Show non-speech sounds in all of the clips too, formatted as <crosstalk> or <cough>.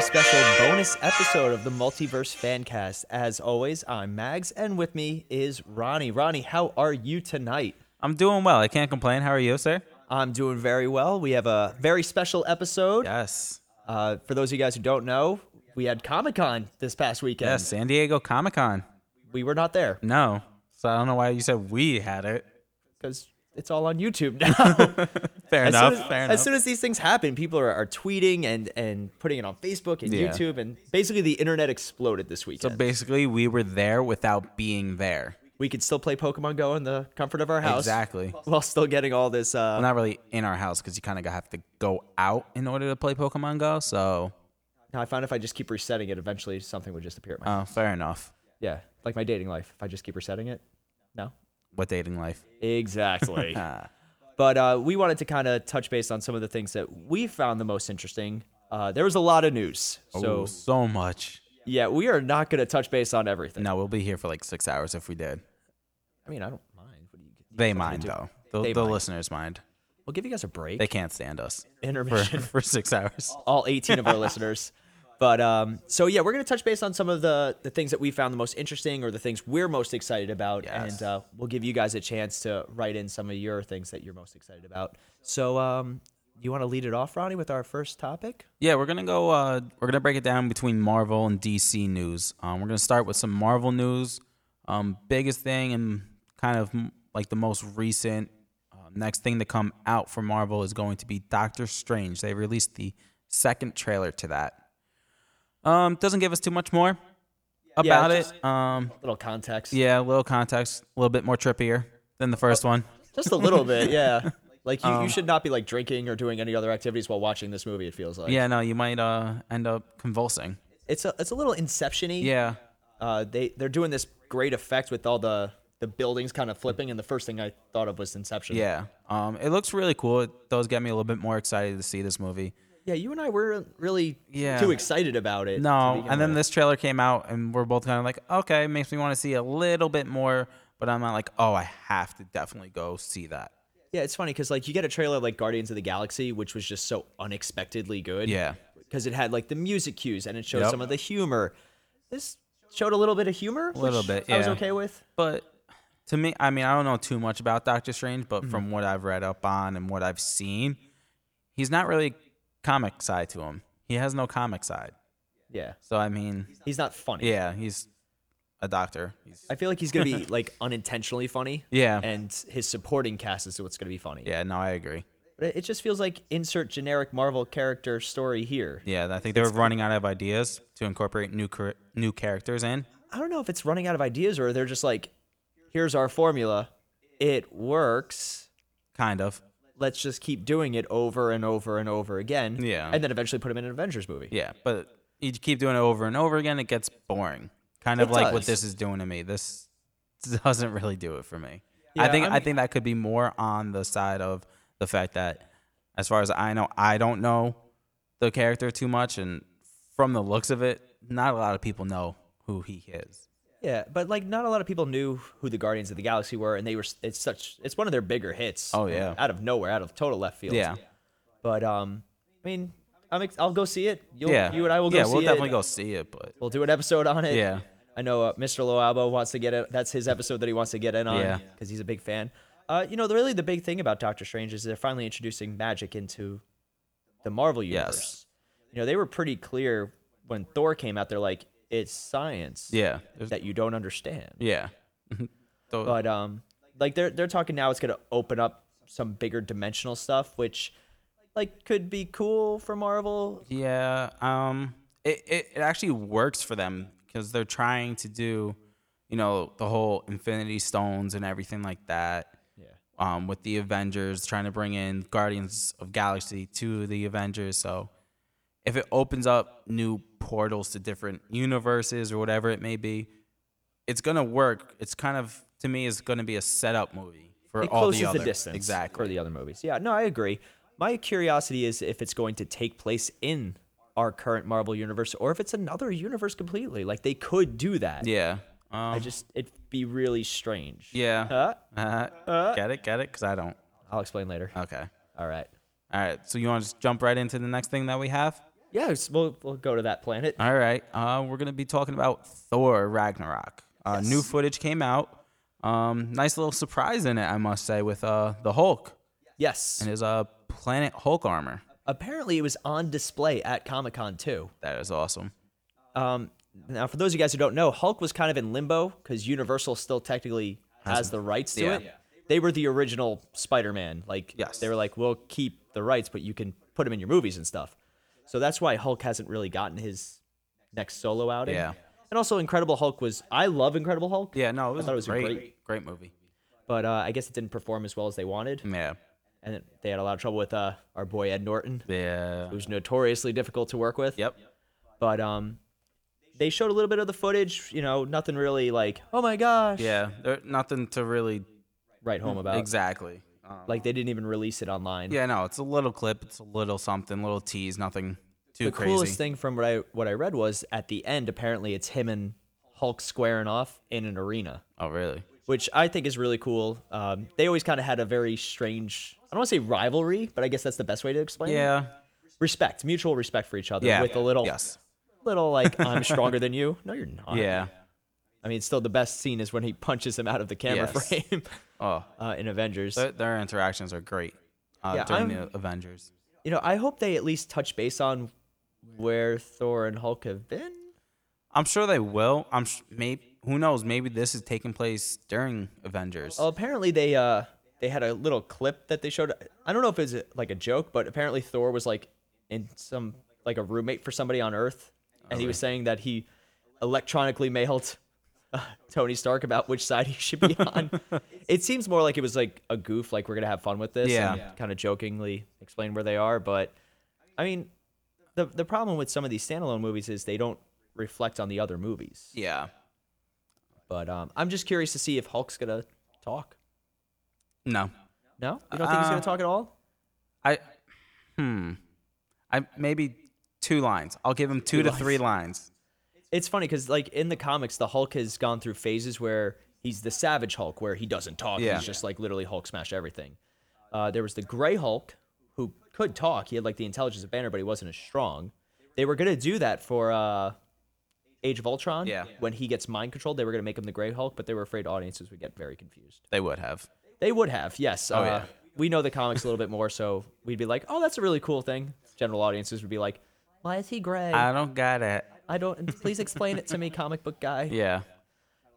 special bonus episode of the Multiverse Fancast. As always, I'm Mags, and with me is Ronnie. Ronnie, how are you tonight? I'm doing well. I can't complain. How are you, sir? I'm doing very well. We have a very special episode. Yes. Uh, for those of you guys who don't know, we had Comic Con this past weekend. Yes, San Diego Comic Con. We were not there No. So I don't know why you said we had it. because it's all on YouTube <laughs> now. Fair as enough. Soon as, fair as enough. soon as these things happen, people are, are tweeting and, and putting it on Facebook and Yeah. YouTube, and basically the internet exploded this so weekend. basically, we were there without being there. we could still play Pokemon Go in the comfort of our house. Exactly. While still getting all this. Uh, Well, not really in our house because you kind of have to go out in order to play Pokemon Go. So, I found if I just keep resetting it, eventually something would just appear at my. uh, fair enough. yeah, like my dating life. If I just keep resetting it, no. What dating life? Exactly. Ah. <laughs> but uh, we wanted to kind of touch base on some of the things that we found the most interesting. Uh, there was a lot of news, so Ooh, Oh, so much. Oh, yeah, we are not going to touch base on everything. No, we'll be here for like six hours if we did. I mean, I don't mind. What do you, They mind though. The, They the mind. listeners mind. We'll give you guys a break. They can't stand us <laughs> for, Intermission. for six hours. all 18 of our <laughs> listeners. But um, so yeah, we're gonna touch base on some of the the things that we found the most interesting or the things we're most excited about, Yes. and uh, we'll give you guys a chance to write in some of your things that you're most excited about. So um, you want to lead it off, Ronnie, with our first topic? Yeah, we're gonna go. Uh, we're gonna break it down between Marvel and DC news. Um, we're gonna start with some Marvel news. Um, biggest thing and kind of m- like the most recent. Uh, next thing to come out for Marvel is going to be Doctor Strange. They released the second trailer to that. Um, doesn't give us too much more Yeah, about just- it. Um, little context, yeah, a little context, a little bit more trippier than the first one. <laughs> just a little bit, yeah. <laughs> Um, Like you, you should not be like drinking or doing any other activities while watching this movie. It feels like Yeah, no, you might uh end up convulsing. it's a it's a little inception-y. Yeah. uh, they they're doing this great effect with all the the buildings kind of flipping, and the first thing I thought of was Inception. Yeah. Um, it looks really cool. It does get me a little bit more excited to see this movie. Yeah, you and I weren't really Yeah. too excited about it. to No, begin and then with. this trailer came out, and we're both kind of like, okay, makes me want to see a little bit more, but I'm not like, oh, I have to definitely go see that. yeah, it's funny because like you get a trailer like Guardians of the Galaxy, which was just so unexpectedly good. Yeah. because it had like the music cues and it showed Yep. some of the humor. This showed a little bit of humor, a Little bit, I was yeah. okay with. But to me, I mean, I don't know too much about Doctor Strange, but Mm-hmm. from what I've read up on and what I've seen, he's not really comic side to him. He has no comic side. Yeah, So I mean, he's not funny. yeah, he's a doctor. He's I feel like he's gonna <laughs> be like unintentionally funny. Yeah. and his supporting cast is what's gonna be funny. yeah, no, I agree. But it- it just feels like insert generic Marvel character story here. Yeah, I think they were running out of ideas to incorporate new char- new characters in. I don't know if it's running out of ideas or they're just like, here's our formula. It works. Kind of. Let's just keep doing it over and over and over again. Yeah. And then eventually put him in an Avengers movie. Yeah, but you keep doing it over and over again, it gets boring. Kind of It like does. what this is doing to me. This <laughs> doesn't really do it for me. I Yeah, think I I, mean- think that could be more on the side of the fact that, as far as I know, I don't know the character too much, and from the looks of it, not a lot of people know who he is. Yeah. But like, not a lot of people knew who the Guardians of the Galaxy were. And they were, it's such, it's one of their bigger hits. Um, Oh, yeah. Out of nowhere, out of total left field. Yeah, But, um, I mean, I'm ex- I'll go see it. You'll, yeah. You and I will go yeah, see we'll it. definitely go see it, but We'll do an episode on it. Yeah. I know uh, Mr. Loabo wants to get it. That's his episode that he wants to get in on Yeah. because he's a big fan. Uh, you know, the, really the big thing about Doctor Strange is they're finally introducing magic into the Marvel universe. You know, they were pretty clear when Thor came out. They're like, it's science yeah, there's- that you don't understand. <laughs> yeah. <laughs> So- But um, like they're they're talking now, it's gonna open up some bigger dimensional stuff, which like could be cool for Marvel. Yeah, um, it, it, it actually works for them because they're trying to do, you know, the whole Infinity Stones and everything like that. Yeah. Um, with the Avengers trying to bring in Guardians of Galaxy to the Avengers, so if it opens up new portals to different universes or whatever it may be, it's gonna work. It's kind of to me, it's gonna be a setup movie for it all closes the other distance exactly. for the other movies. Yeah, no, I agree. My curiosity is if it's going to take place in our current Marvel universe or if it's another universe completely. Like they could do that. Yeah. Um, I just it'd be really strange. yeah. Huh? Uh, get it, get it, because I don't. I'll explain later. Okay. All right. All right. So you want to just jump right into the next thing that we have? Yes, we'll, we'll go to that planet. All right. Uh, we're going to be talking about Thor Ragnarok. Uh, New footage came out. Um, nice little surprise in it, I must say, with uh, the Hulk Yes. and his uh, Planet Hulk armor. Apparently, it was on display at Comic Con too. That is awesome. Um, now, for those of you guys who don't know, Hulk was kind of in limbo because Universal still technically has the rights to yeah. it. They were the original Spider-Man. Like, Yes. they were like, we'll keep the rights, but you can put him in your movies and stuff. So that's why Hulk hasn't really gotten his next solo outing. Yeah. And also, Incredible Hulk was. I love Incredible Hulk. Yeah, no, it was, thought it was a great, great- great, movie. But uh, I guess it didn't perform as well as they wanted, Yeah. and it- they had a lot of trouble with uh, our boy Ed Norton, Yeah. who's notoriously difficult to work with. Yep. But um, they showed a little bit of the footage. You know, nothing really like, oh my gosh, Yeah. There, nothing to really right home about. Mm-hmm. exactly. Um, Like they didn't even release it online. yeah, no, it's a little clip. It's a little something, little tease, nothing too the crazy. coolest thing from what I what I read was at the end. Apparently, it's him and Hulk squaring off in an arena, Oh, really? which I think is really cool. Um, they always kind of had a very strange. I don't want to say rivalry, but I guess that's the best way to explain. it. Yeah. Respect, mutual respect for each other. Yeah. With a little, Yes. little like <laughs> I'm stronger than you. No, you're not. Yeah. I mean, still the best scene is when he punches him out of the camera Yes. frame <laughs> Oh, uh, in Avengers. their, their interactions are great uh, Yeah, during I'm- the Avengers. you know, I hope they at least touch base on where Thor and Hulk have been. I'm sure they will. I'm sh- maybe who knows? Maybe this is taking place during Avengers. Well, apparently they uh they had a little clip that they showed. I don't know if it was like a joke, but apparently Thor was like in some like a roommate for somebody on Earth, and he was saying that he electronically mailed uh, Tony Stark about which side he should be on. it seems more like it was like a goof, like we're gonna have fun with this, Yeah. and kind of jokingly explain where they are. But I mean, the the problem with some of these standalone movies is they don't reflect on the other movies. yeah. But um, I'm just curious to see if Hulk's gonna talk. No. No, you don't think he's gonna Uh, talk at all? I. Hmm. I maybe two lines. I'll give him two, to three lines. It's funny because like in the comics, the Hulk has gone through phases where he's the Savage Hulk, where he doesn't talk. Yeah. He's just like literally Hulk smash everything. Uh, there was the Gray Hulk who could talk. He had like the intelligence of Banner, but he wasn't as strong. They were gonna do that for uh, Age of Ultron. Yeah. When he gets mind controlled, they were gonna make him the Gray Hulk, but they were afraid audiences would get very confused. They would have. They would have, yes. uh, Oh, yeah. We know the comics a little bit more, so we'd be like, "Oh, that's a really cool thing." General audiences would be like, "Why is he gray?" I don't got it. I don't. Please explain it to me, comic book guy. Yeah.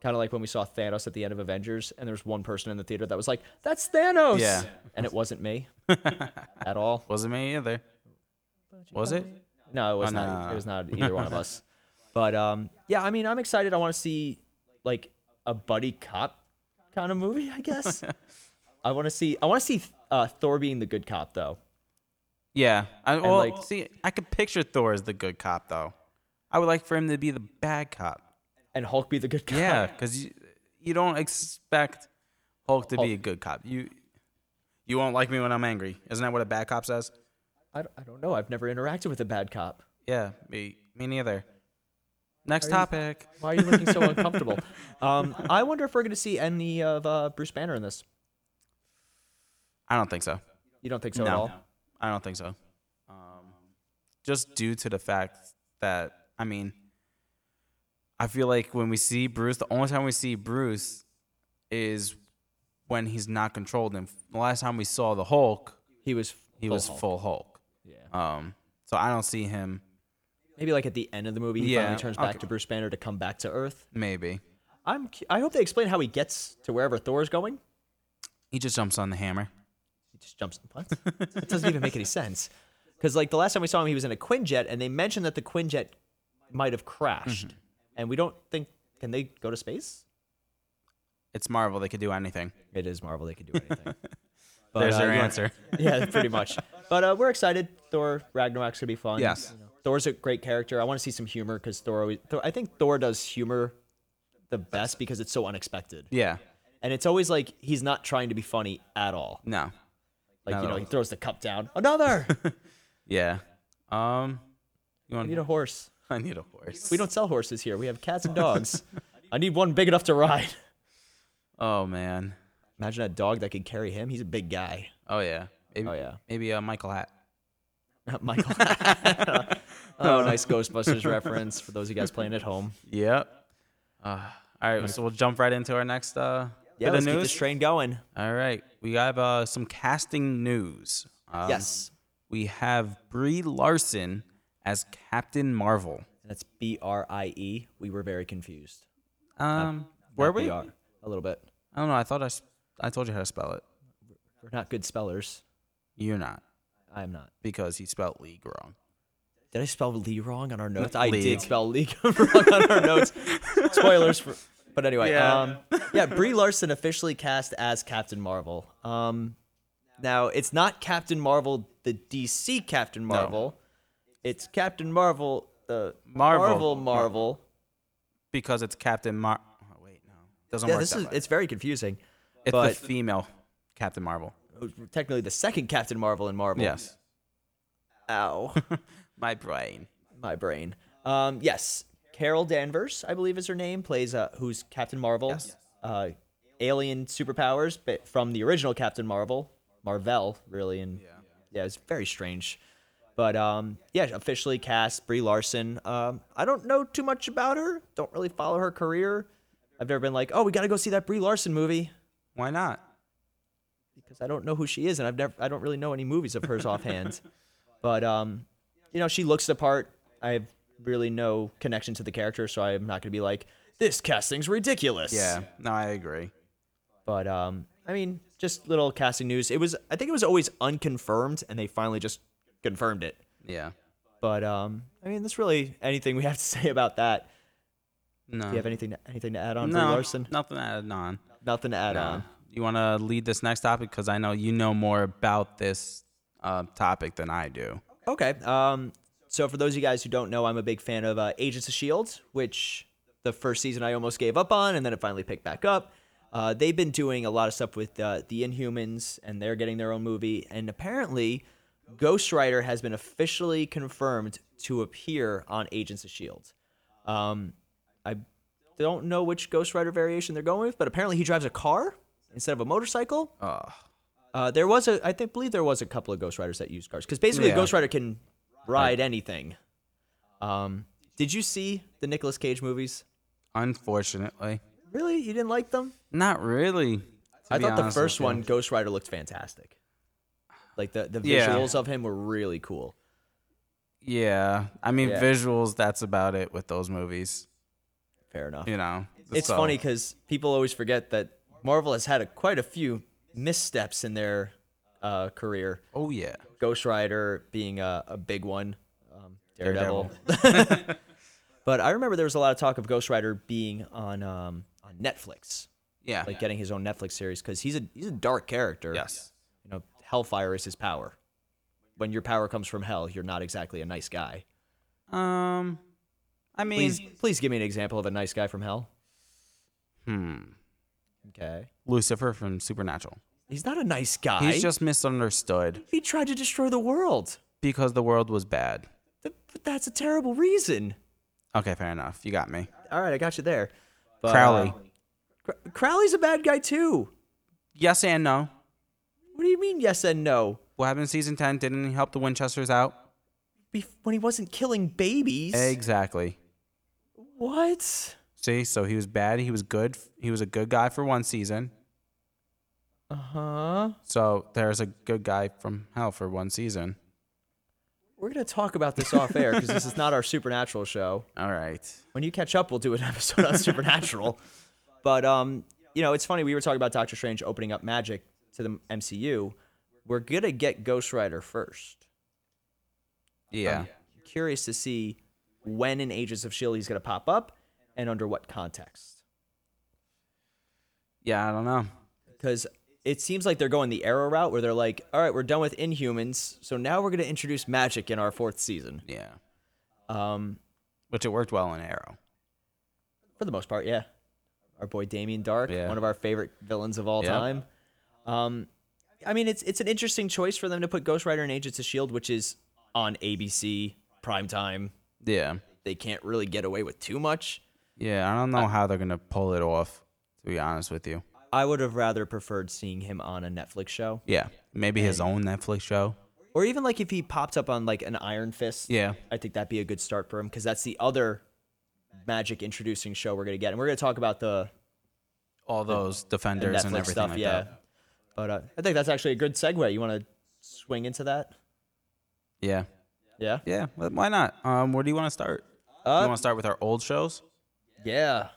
Kind of like when we saw Thanos at the end of Avengers, and there was one person in the theater that was like, "That's Thanos," Yeah. and it wasn't <laughs> me at all. Wasn't me either. Was it? No, it was Oh, no, not. e, no, It no. was not either one of us. <laughs> But um, yeah, I mean, I'm excited. I want to see like a buddy cop kind of movie. I guess. <laughs> I want to see. I want to see uh, Thor being the good cop, though. Yeah. I, well, like- see, I could picture Thor as the good cop though. I would like for him to be the bad cop. and Hulk be the good guy. <laughs> Yeah, because you, you don't expect Hulk to Hulk. be a good cop. You you won't like me when I'm angry. Isn't that what a bad cop says? I, don't- I don't know. I've never interacted with a bad cop. Yeah, me me neither. Next topic. Why are you looking so <laughs> uncomfortable? Um, I wonder if we're going to see any of uh, Bruce Banner in this. I don't think so. You don't think so at No, all? I don't think so. Um, just due to the fact that I mean, I feel like when we see Bruce, the only time we see Bruce is when he's not controlled. And the last time we saw the Hulk, He was. he was full Hulk. Yeah. Um, so I don't see him. Maybe like at the end of the movie, he Yeah, finally turns back okay. to Bruce Banner to come back to Earth. Maybe I'm. cu- I hope they explain how he gets to wherever Thor's going. he just jumps on the hammer. He just jumps. What? <laughs> that doesn't even make any sense. Because like the last time we saw him, he was in a Quinjet, and they mentioned that the Quinjet might have crashed, Mm-hmm. and we don't think can they go to space. It's Marvel; they could do anything. It is Marvel; they can do <laughs> anything. But, There's uh, their yeah. answer. <laughs> yeah, pretty much. But uh, we're excited. Thor Ragnarok's gonna be fun. Yes. You know, Thor's a great character. I want to see some humor because Thor. Always, Thor. I think Thor does humor the best because it's so unexpected, Yeah. and it's always like he's not trying to be funny at all. No. Like Not you at know, all. he throws the cup down. Another. Yeah. Um, you I want? need a horse. <laughs> I need a horse. We don't sell horses here. We have cats and dogs. I need one big enough to ride. Oh man. Imagine a dog that could carry him. He's a big guy. Oh yeah. Maybe, Oh, yeah. Maybe uh, Michael Hat. Not Michael. oh, nice Ghostbusters reference for those of you guys playing at home. Yep. Uh, all right, so we'll jump right into our next uh, Yeah, bit of let's keep news. this train going. all right, we have uh, some casting news. Um, yes, we have Brie Larson as Captain Marvel. that's B R I E. We were very confused. Um, where Not we? I BR, A little bit. don't know. I thought I, s- I told you how to spell it. We're not good spellers. You're not I'm not. because you spelled league wrong. Did I spell Lee wrong on our notes? I League. did spell League <laughs> wrong on our notes. <laughs> Spoilers for. But anyway, Yeah. um, yeah, Brie Larson officially cast as Captain Marvel. Um, now it's not Captain Marvel, the DC Captain Marvel. It's Captain Marvel, the Marvel. Marvel Marvel. because it's Captain Mar. Oh, wait, no, doesn't Yeah, work. this that is way. it's very confusing. it's but- the female Captain Marvel. Technically, the second Captain Marvel in Marvel. Yes, Ow, <laughs> my brain. my brain. Um, yes, Carol Danvers, I believe is her name, plays uh, who's Captain Marvel. Uh, alien superpowers, but from the original Captain Marvel, Marvel, really, and yeah, it's very strange. But um, yeah, officially cast Brie Larson. Um, I don't know too much about her. Don't really follow her career. I've never been like, oh, we gotta go see that Brie Larson movie. Why not? because I don't know who she is, and I've never, I don't really know any movies of hers <laughs> offhand. But um, you know, she looks the part. I have really no connection to the character, so I'm not gonna be like, this casting's ridiculous. Yeah, no, I agree. But um, I mean, just little casting news. It was, I think it was always unconfirmed, and they finally just confirmed it. Yeah, But um, I mean, that's really anything we have to say about that. no. Do you have anything, to, anything to add on, Brie Uh-huh. no, Larson? Uh-uh. nothing added on. Nothing to add Uh, on. you want to lead this next topic because I know you know more about this uh, topic than I do. Okay. Um, so for those of you guys who don't know, I'm a big fan of uh, Agents of Shield, which the first season I almost gave up on, and then it finally picked back up. Uh, they've been doing a lot of stuff with uh, the Inhumans, and they're getting their own movie. And apparently, Ghost Rider has been officially confirmed to appear on Agents of Shield. E Um, I don't know which Ghost Rider variation they're going with, but apparently he drives a car instead of a motorcycle. Uh, there was a, I think, believe there was a couple of Ghost Riders that used cars because basically Yeah. a Ghost Rider can ride anything. Um, did you see the Nicolas Cage movies? Unfortunately, Really, you didn't like them? not really. to I be thought the honest with first you. one, Ghost Rider, looked fantastic. Like the the Yeah. visuals of him were really cool. Yeah, I mean Yeah. visuals. That's about it with those movies. Fair enough. You know, It's so- funny because people always forget that Marvel has had a, quite a few missteps in their uh, career. Oh yeah, Ghost Rider being a, a big one, um, Daredevil. Daredevil. <laughs> <laughs> but I remember there was a lot of talk of Ghost Rider being on um, on Netflix, yeah, like getting his own Netflix series because he's a he's a dark character. yes, you know, Hellfire is his power. When your power comes from hell, you're not exactly a nice guy. Um, I mean, Please, please give me an example of a nice guy from hell. hmm, Okay, Lucifer from Supernatural. he's not a nice guy. He's just misunderstood he tried to destroy the world. because the world was bad. Th- But that's a terrible reason. Okay, fair enough. You got me. All right, I got you there. But, Crowley. uh, Cr- Crowley's a bad guy too. Yes and no. What do you mean, yes and no? What happened in season ten? Didn't he help the Winchesters out? Bef- when he wasn't killing babies. Exactly. What? See, so he was bad. He was good. He was a good guy for one season. Uh huh. So there's a good guy from hell for one season. We're gonna talk about this off air because this is not our supernatural show. All right. When you catch up, we'll do an <laughs> episode on supernatural. But um, you know, it's funny we were talking about Doctor Strange opening up magic to the MCU. We're gonna get Ghost Rider first. Yeah. Oh, Curious to see when in Ages of Shield he's gonna pop up and under what context. yeah. I don't know. because it seems like they're going the arrow route where they're like, all right, we're done with Inhumans, so now we're going to introduce magic in our fourth season. Yeah. Um, Which it worked well in Arrow. for the most part, yeah. Our boy Damien Dark, Yeah. one of our favorite villains of all Yep. time. Um, I mean, it's it's an interesting choice for them to put Ghost Rider and Agents of Shield, E which is on ABC primetime. Yeah. They can't really get away with too much. Yeah. I don't know how they're gonna pull it off. To be honest with you. I would have rather preferred seeing him on a Netflix show Yeah. Maybe his own Netflix show. Or even like if he popped up on like an Iron Fist. Yeah. I think that'd be a good start for him because that's the other magic introducing show we're gonna get, and we're gonna talk about the all those defenders and, Netflix everything stuff. like yeah. that. But uh, I think that's actually a good segue. You want to swing into that? Yeah. Yeah. Yeah. wh- Why not? Um, where do you want to start? Do you Uh, want to start with our old shows? yeah.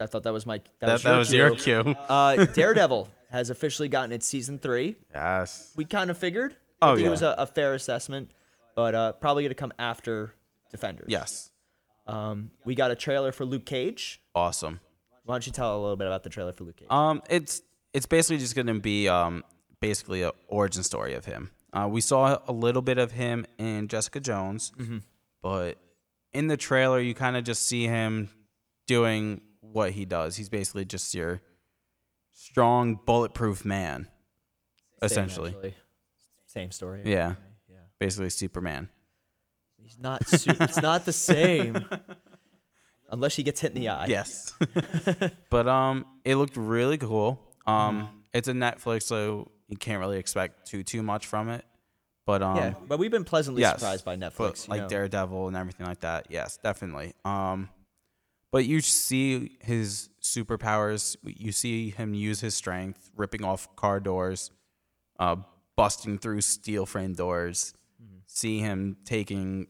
I thought that was my that, That, was your that was cue. your cue. Uh, Daredevil has officially gotten its season three. Yes. We kind of figured. I Oh, think yeah. It was a, a fair assessment, but uh, probably gonna come after Defenders. Yes. Um, we got a trailer for Luke Cage. Awesome. Why don't you tell a little bit about the trailer for Luke Cage? Um, it's it's basically just gonna be um basically a origin story of him. Uh, we saw a little bit of him in Jessica Jones, Mm-hmm. but in the trailer you kind of just see him doing what he does. He's basically just your strong, bulletproof man, essentially. Same, actually. Same story. Yeah, Yeah. <laughs> basically Superman. He's not. Su- it's not the <laughs> same. Unless she gets hit in the eye. <laughs> Yes. but um it looked really cool. Um Mm-hmm. it's a Netflix so you can't really expect too too much from it. But um Yeah, but we've been pleasantly yes, surprised by but, Netflix. you like know. Daredevil and everything like that. Yes, definitely. Um but you see his superpowers, you see him use his strength ripping off car doors, uh busting through steel frame doors. Mm-hmm. See him taking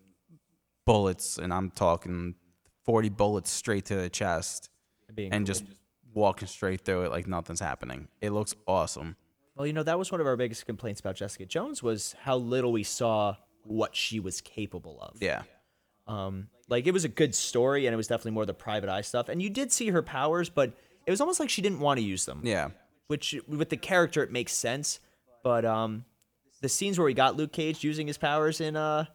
bullets and I'm talking 40 bullets straight to the chest being and just walking straight through it like nothing's happening. It looks awesome. Well, you know, that was one of our biggest complaints about Jessica Jones was how little we saw what she was capable of. Yeah. Um, like it was a good story, and it was definitely more the private eye stuff. And you did see her powers, but it was almost like she didn't want to use them. Yeah. Which with the character, it makes sense. But um, the scenes where we got Luke Cage using his powers in uh,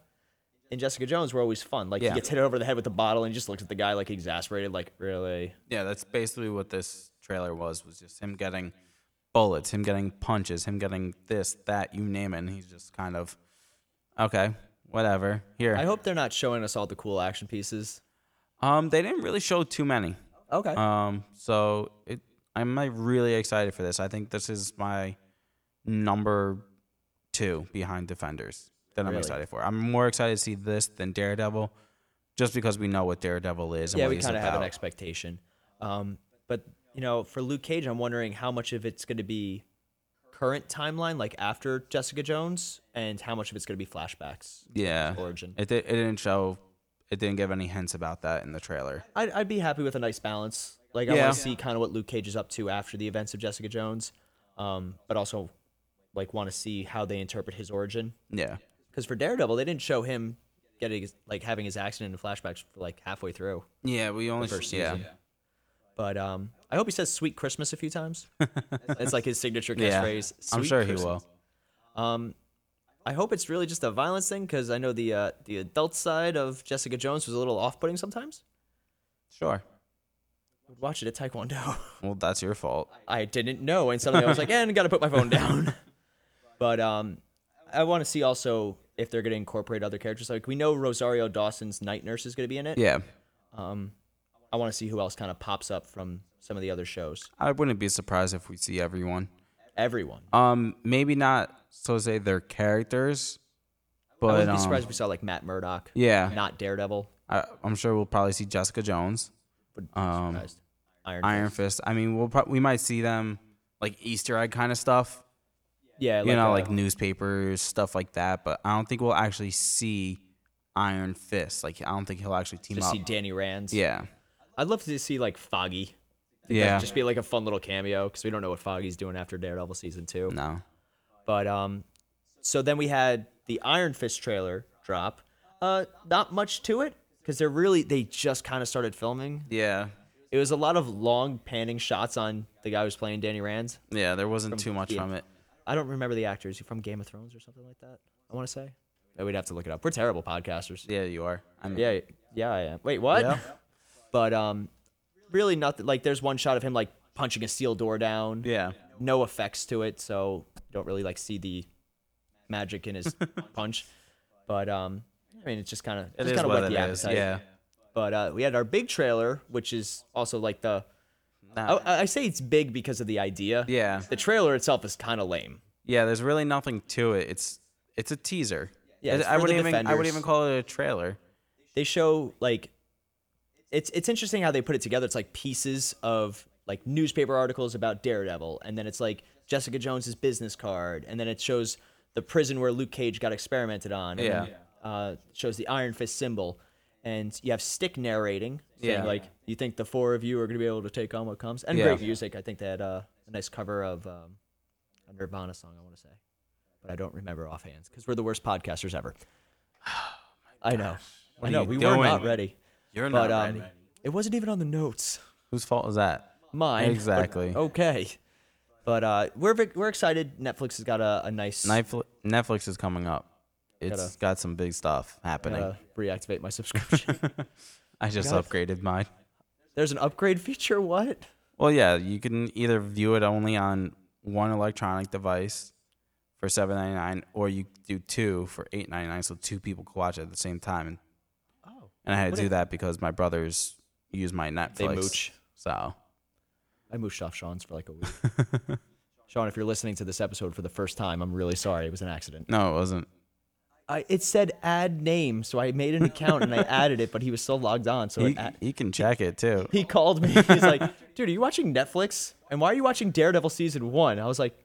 in Jessica Jones were always fun. Like Yeah. he gets hit over the head with a bottle, and he just looks at the guy like exasperated, like really. Yeah, that's basically what this trailer was was just him getting bullets, him getting punches, him getting this, that, you name it. And he's just kind of okay, whatever. Here. I hope they're not showing us all the cool action pieces. um they didn't really show too many. Okay. Um so it I'm like really excited for this. I think this is my number 2 behind Defenders that I'm Really? excited for. I'm more excited to see this than Daredevil just because we know what Daredevil is and yeah, what we he's kind of have an about. expectation. Um, but you know, for Luke Cage, I'm wondering how much of it's going to be current timeline, like after Jessica Jones, and how much of it's going to be flashbacks. yeah. origin. It, did, it didn't show it didn't give any hints about that in the trailer. I'd, I'd be happy with a nice balance. Like I Yeah. want to see kind of what Luke Cage is up to after the events of Jessica Jones, um, but also like want to see how they interpret his origin. Yeah. Because for Daredevil, they didn't show him getting his- like having his accident in flashbacks like halfway through. Yeah, we only first yeah. season. But um, I hope he says "Sweet Christmas" a few times. <laughs> That's like his signature Yeah. catchphrase. I'm "Sweet sure he Christmas." will. Um, I hope it's really just a violence thing because I know the uh, the adult side of Jessica Jones was a little off putting sometimes. Sure. I would watch it at Taekwondo. <laughs> Well, that's your fault. I didn't know, and suddenly I was <laughs> like, "And gotta put my phone down." <laughs> but um, I want to see also if they're gonna incorporate other characters. Like we know Rosario Dawson's night nurse is gonna be in it. Yeah. Um, I want to see who else kind of pops up from some of the other shows. I wouldn't be surprised if we see everyone. Everyone. Um maybe not so to say their characters, I but wouldn't be surprised um, if we saw like Matt Murdock. yeah. Not Daredevil. I, I'm sure we'll probably see Jessica Jones, Would be Um, surprised. Iron. Iron Fist. I mean, we'll pro- we might see them like Easter egg kind of stuff, Yeah. you know, uh, like newspapers, stuff like that. But I don't think we'll actually see Iron Fist. Like, I don't think he'll actually team just up. see Danny Rand. yeah, I'd love to see like Foggy. yeah. Just be like a fun little cameo because we don't know what Foggy's doing after Daredevil season two. no, But um, so then we had the Iron Fist trailer drop. Uh, not much to it because they're really they just kind of started filming. yeah, It was a lot of long panning shots on the guy who's playing Danny Rand. yeah. There wasn't too much yeah. from it. I don't remember the actor. Is he from Game of Thrones or something like that? I want to say. Oh, we'd have to look it up. We're terrible podcasters. Yeah, you are. I mean, Yeah, yeah, I am. Wait, what? Yeah. <laughs> but um, really nothing. Like, there's one shot of him like punching a steel door down. yeah, No effects to it, so you don't really like see the magic in his punch. But um, I mean, it's just kind of It just is kind of what wet it the is. appetite. Yeah, But uh, we had our big trailer, which is also like the. I, I say it's big because of the idea. yeah, The trailer itself is kind of lame. Yeah, there's really nothing to it. It's it's a teaser. Yeah, It- it's I for the wouldn't even I would Defenders. even call it a trailer. They show like it's it's interesting how they put it together. It's like pieces of like newspaper articles about Daredevil, and then it's like Jessica Jones's business card, and then it shows the prison where Luke Cage got experimented on. and Yeah. then, uh, shows the Iron Fist symbol, and you have Stick narrating. Saying, Yeah. like you think the four of you are going to be able to take on what comes, and Yeah. great music. I think they had uh, a nice cover of um, a Nirvana song. I want to say, but I don't remember offhand because we're the worst podcasters <sighs> ever. Oh I know. I are know. you We were not doing? ready. You're But not um, ready. it wasn't even on the notes. Whose fault is that? Mine. but Exactly. okay. But uh, we're vic- we're excited. Netflix has got a, a nice. Netflix Netflix is coming up. It's got some big stuff happening. gotta uh, reactivate my <laughs> subscription. I just gotta- upgraded mine. There's an upgrade feature. What? Well, yeah, you can either view it only on one electronic device for seven ninety nine, or you do two for eight ninety nine, so two people can watch it at the same time. And, Oh. and I had What to if- do that because my brothers use my Netflix. They mooch. So I mooched off Sean's for like a week. <laughs> Sean, if you're listening to this episode for the first time, I'm really sorry. It was an accident. no, it wasn't. I, it said add name, so I made an account <laughs> and I added it, but he was still logged on. So He, it a- he can check it too. he called me. He's like, dude, are you watching Netflix? And why are you watching Daredevil season one? I was like,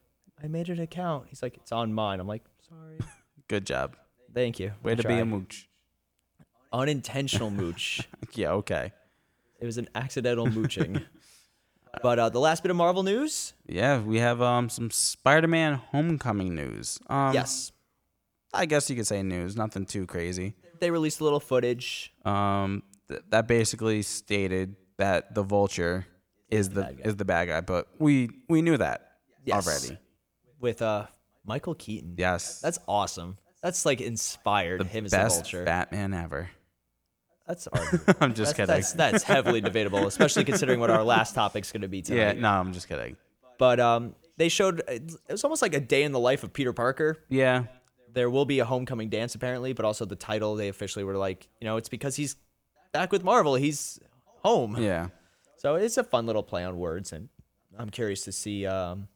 I made an account. He's like, it's on mine. I'm like, sorry. Good job. Thank you. Way I to be a tried. mooch. unintentional <laughs> mooch. Yeah, okay. it was an accidental mooching. but uh, the last bit of Marvel news, Yeah, we have um some Spider-Man Homecoming news. Um, yes, I guess you could say news. Nothing too crazy. they released a little footage. Um, th- that basically stated that the Vulture is the bad guy. is the bad guy, but we we knew that Yes. already. with uh Michael Keaton. Yes, That's awesome. That's like inspired the him as the best vulture. Batman ever. <laughs> that's arguable. I'm <laughs> that's, just kidding. that's that's heavily debatable, especially considering what our last topic's going to be yeah, tonight. no, I'm just kidding. But um they showed it was almost like a day in the life of Peter Parker. Yeah, There will be a homecoming dance apparently, but also the title they officially were like, you know, it's because he's back with Marvel. He's home. yeah, So it's a fun little play on words, and I'm curious to see, um,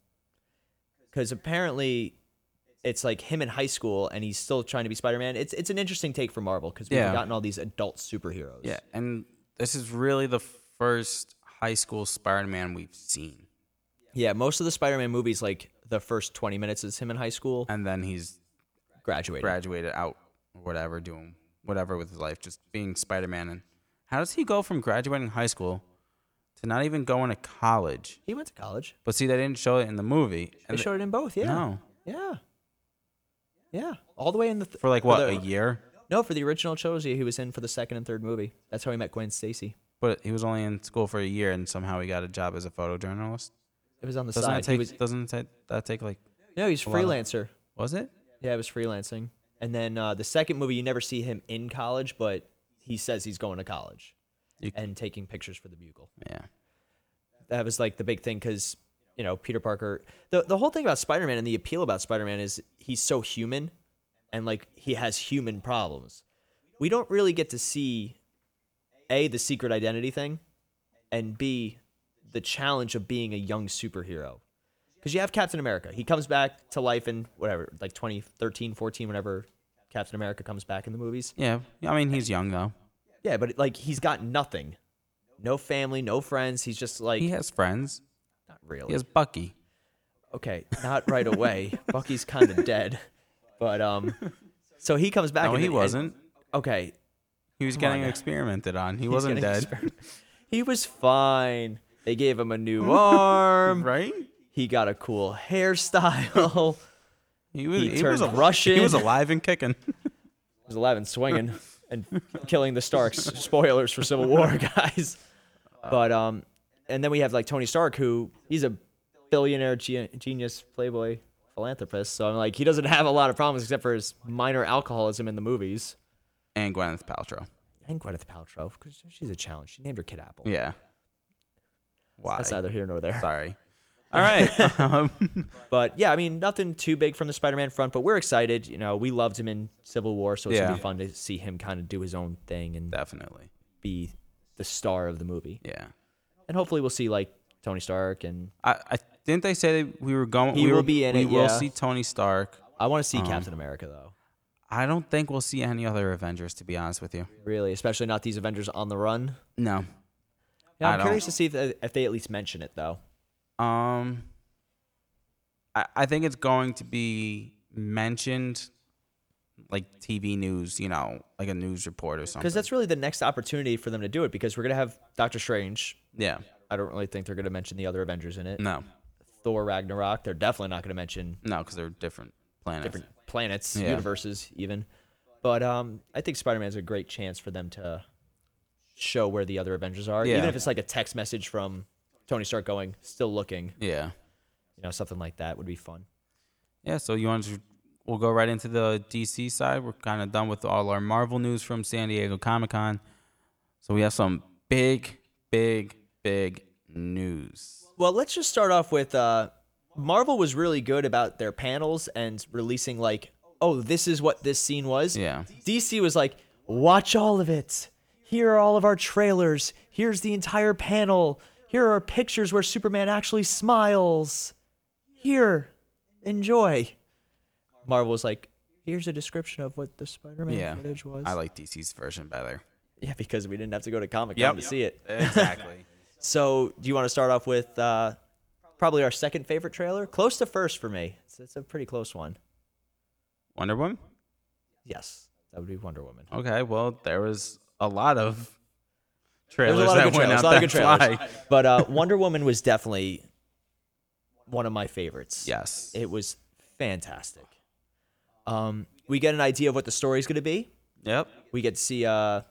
because apparently it's like him in high school, and he's still trying to be Spider-Man. It's it's an interesting take for Marvel because we've Yeah. gotten all these adult superheroes. yeah. And this is really the first high school Spider-Man we've seen, yeah. Most of the Spider-Man movies, like the first 20 minutes, is him in high school and then he's graduating. graduated out or whatever, doing whatever with his life, just being Spider Man. And how does he go from graduating high school to not even going to college? he went to college. But see, they didn't show it in the movie. They showed it in both. Yeah. No. Yeah. Yeah. All the way in the th- For like what, the- a year? No, for the original trilogy, he was in for the second and third movie. That's how he met Gwen Stacy. But he was only in school for a year and somehow he got a job as a photojournalist. It was on the Doesn't side. that He take, was- doesn't that, that take like, no, he's lot of- freelancer. was it? Yeah, it was freelancing. And then uh, the second movie, you never see him in college, but he says he's going to college You- and taking pictures for the Bugle. Yeah. That was like the big thing because, you know, Peter Parker. The, the whole thing about Spider Man and the appeal about Spider Man is he's so human and like he has human problems. We don't really get to see A, the secret identity thing, and B, the challenge of being a young superhero because you have Captain America. He comes back to life in whatever, like 2013, 14, whenever Captain America comes back in the movies. Yeah. I mean, he's young though. Yeah, but like he's got nothing, no family, no friends. He's just like He has friends. not He really has Bucky. okay, not right <laughs> away. Bucky's kind of dead, but um, so he comes back. No, and he and- wasn't. okay, He was on getting now. experimented on. He wasn't getting dead. he was fine. They gave him a <laughs> new arm. Right? He got a cool hairstyle. <laughs> He was, He he was turned al- He Russian. was alive and kicking. He's alive and swinging and killing the Starks. Spoilers for Civil War, <laughs> guys. But um, and then we have like Tony Stark, who he's a billionaire ge- genius, playboy, philanthropist. So I'm like, he doesn't have a lot of problems except for his minor alcoholism in the movies. and Gwyneth Paltrow. And Gwyneth Paltrow, because she's a challenge. She named her kid Apple. Yeah. Why? That's neither here nor there. Sorry. All right. <laughs> um, But yeah, I mean, nothing too big from the Spider-Man front, but we're excited. You know, we loved him in Civil War, so it's gonna be Yeah. fun to see him kind of do his own thing and definitely. be the star of the movie. Yeah. and hopefully we'll see like Tony Stark and I, I Didn't they say that we were going? He we will were, be in we it, will yeah. see Tony Stark. I want to see Um, Captain America though. I don't think we'll see any other Avengers, to be honest with you. Really, especially not these Avengers on the run. No. Yeah, I I'm don't- curious to see if, uh, if they at least mention it though. Um, I, I think it's going to be mentioned, like TV news, you know, like a news report or something. Because that's really the next opportunity for them to do it because we're going to have Doctor Strange. yeah, I don't really think they're going to mention the other Avengers in it. no, Thor Ragnarok. They're definitely not going to mention no, because they're different planets. different planets, Yeah. universes, even. But um, I think Spider Man's a great chance for them to show where the other Avengers are, Yeah. even if it's like a text message from Tony Stark going, "Still looking," Yeah, you know, something like that would be fun. yeah. So you want to? We'll go right into the DC side. We're kind of done with all our Marvel news from San Diego Comic Con. So we have some big, big, big news. Well, let's just start off with uh, Marvel was really good about their panels and releasing like, oh, this is what this scene was. Yeah. DC was like, watch all of it. Here are all of our trailers. Here's the entire panel. Here are pictures where Superman actually smiles. Here, enjoy. Marvel was like, here's a description of what the Spider-Man Yeah, footage was. I like DC's version better. yeah, because we didn't have to go to Comic Con Yep. to see it. Exactly. So, do you want to start off with uh, probably our second favorite trailer? Close to first for me. It's, it's a pretty close one. <laughs> Wonder Woman. Yes, that would be Wonder Woman. Okay, well, there was a lot of trailers There's a lot that of good went trailers. out A lot of that good trailers. fly. <laughs> But uh, Wonder Woman was definitely one of my favorites. Yes. It was fantastic. Um, we get an idea of what the story's going to be. Yep. We get to see uh,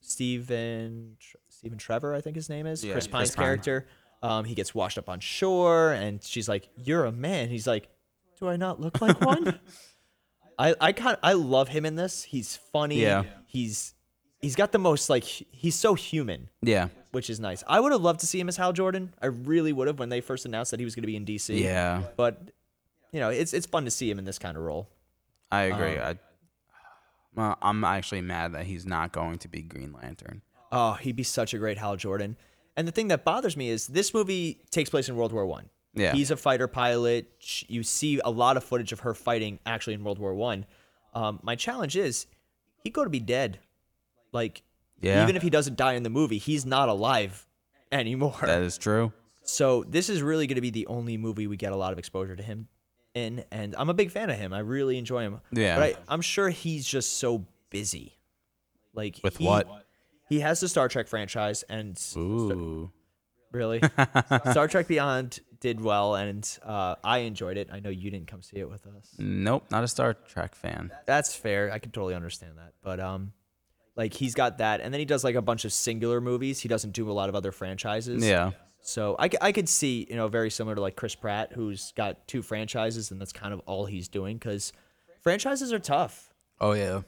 Stephen Stephen Trevor, I think his name is Yeah, Chris Chris Pine's Pine. character. Um, he gets washed up on shore, and she's like, "You're a man." He's like, "Do I not look like <laughs> one?" I I kind I love him in this. He's funny. Yeah. He's he's got the most like hu- he's so human, Yeah. which is nice. I would have loved to see him as Hal Jordan. I really would have when they first announced that he was going to be in DC. Yeah. But you know, it's it's fun to see him in this kind of role. I Um, agree. I, well, I'm actually mad that he's not going to be Green Lantern. Oh, he'd be such a great Hal Jordan. And the thing that bothers me is this movie takes place in World War One. Yeah. he's a fighter pilot. Sh- You see a lot of footage of her fighting actually in World War One. Um, my challenge is he go to be dead. Like, Yeah. even if he doesn't die in the movie, he's not alive anymore. that is true. So this is really going to be the only movie we get a lot of exposure to him in, and I'm a big fan of him. I really enjoy him. Yeah. but I, I'm sure he's just so busy. Like With he- what? he has the Star Trek franchise, and Ooh. really, <laughs> Star Trek Beyond did well, and uh, I enjoyed it. I know you didn't come see it with us. Nope, not a Star Trek fan. That's fair. I can totally understand that, but um. Like he's got that, and then he does like a bunch of singular movies. He doesn't do a lot of other franchises. Yeah. So I, c- I could see, you know, very similar to like Chris Pratt, who's got two franchises and that's kind of all he's doing because franchises are tough. Oh yeah.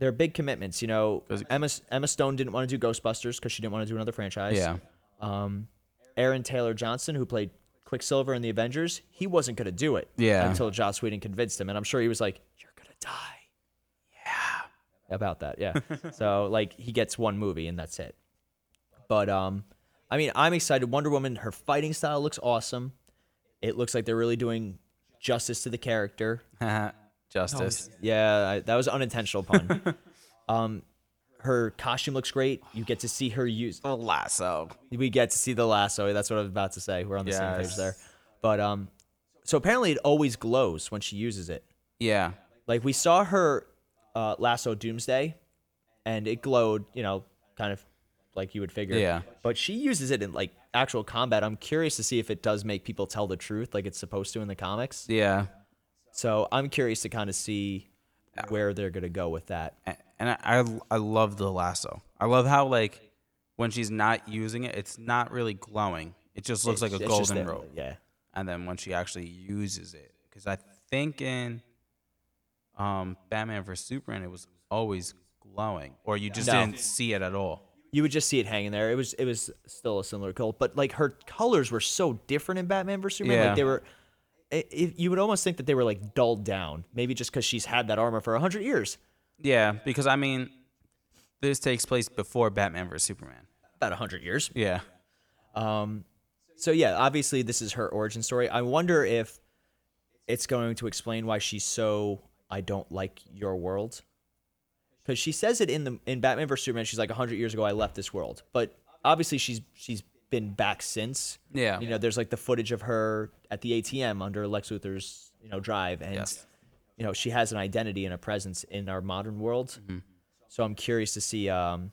They're big commitments. You know, Does it- Emma, S- Emma Stone didn't want to do Ghostbusters because she didn't want to do another franchise. Yeah. Um, Aaron Taylor Johnson, who played Quicksilver in the Avengers, he wasn't going to do it. Yeah. Until Joss Whedon convinced him. And I'm sure he was like, you're going to die. Yeah. About that. Yeah. <laughs> so, like, he gets one movie and that's it. But, um, I mean, I'm excited. Wonder Woman, her fighting style looks awesome. It looks like they're really doing justice to the character. <laughs> Justice. Oh, Yeah, I, that was an unintentional pun. um, her costume looks great. You get to see her use The lasso. we get to see the lasso. That's what I was about to say. We're on the same page Yes. there. But um, so apparently it always glows when she uses it. Yeah. Like we saw her uh, lasso Doomsday, and it glowed. You know, kind of like you would figure. Yeah. But she uses it in like actual combat. I'm curious to see if it does make people tell the truth, like it's supposed to in the comics. Yeah. So I'm curious to kind of see where they're gonna go with that. A- and I, I I love the lasso. I love how like when she's not using it, it's not really glowing. It just looks like a It's just golden that- rope. Yeah. And then when she actually uses it, because I think in um, Batman vs Superman, it was always glowing, or you just No. didn't see it at all. you would just see it hanging there. It was it was still a similar cult, but like her colors were so different in Batman vs Superman. Yeah. Like they were, i i you would almost think that they were like dulled down, maybe just because she's had that armor for hundred years, Yeah, because I mean, this takes place before Batman vs Superman. about hundred years. Yeah, So yeah, obviously this is her origin story. I wonder if it's going to explain why she's so I don't like your world. Cuz she says it in the in Batman vs Superman she's like 100 years ago I left this world. But obviously she's she's been back since. Yeah. You know, there's like the footage of her at the ATM under Lex Luthor's, you know, drive and Yes. you know, she has an identity and a presence in our modern world. Mm-hmm. So I'm curious to see um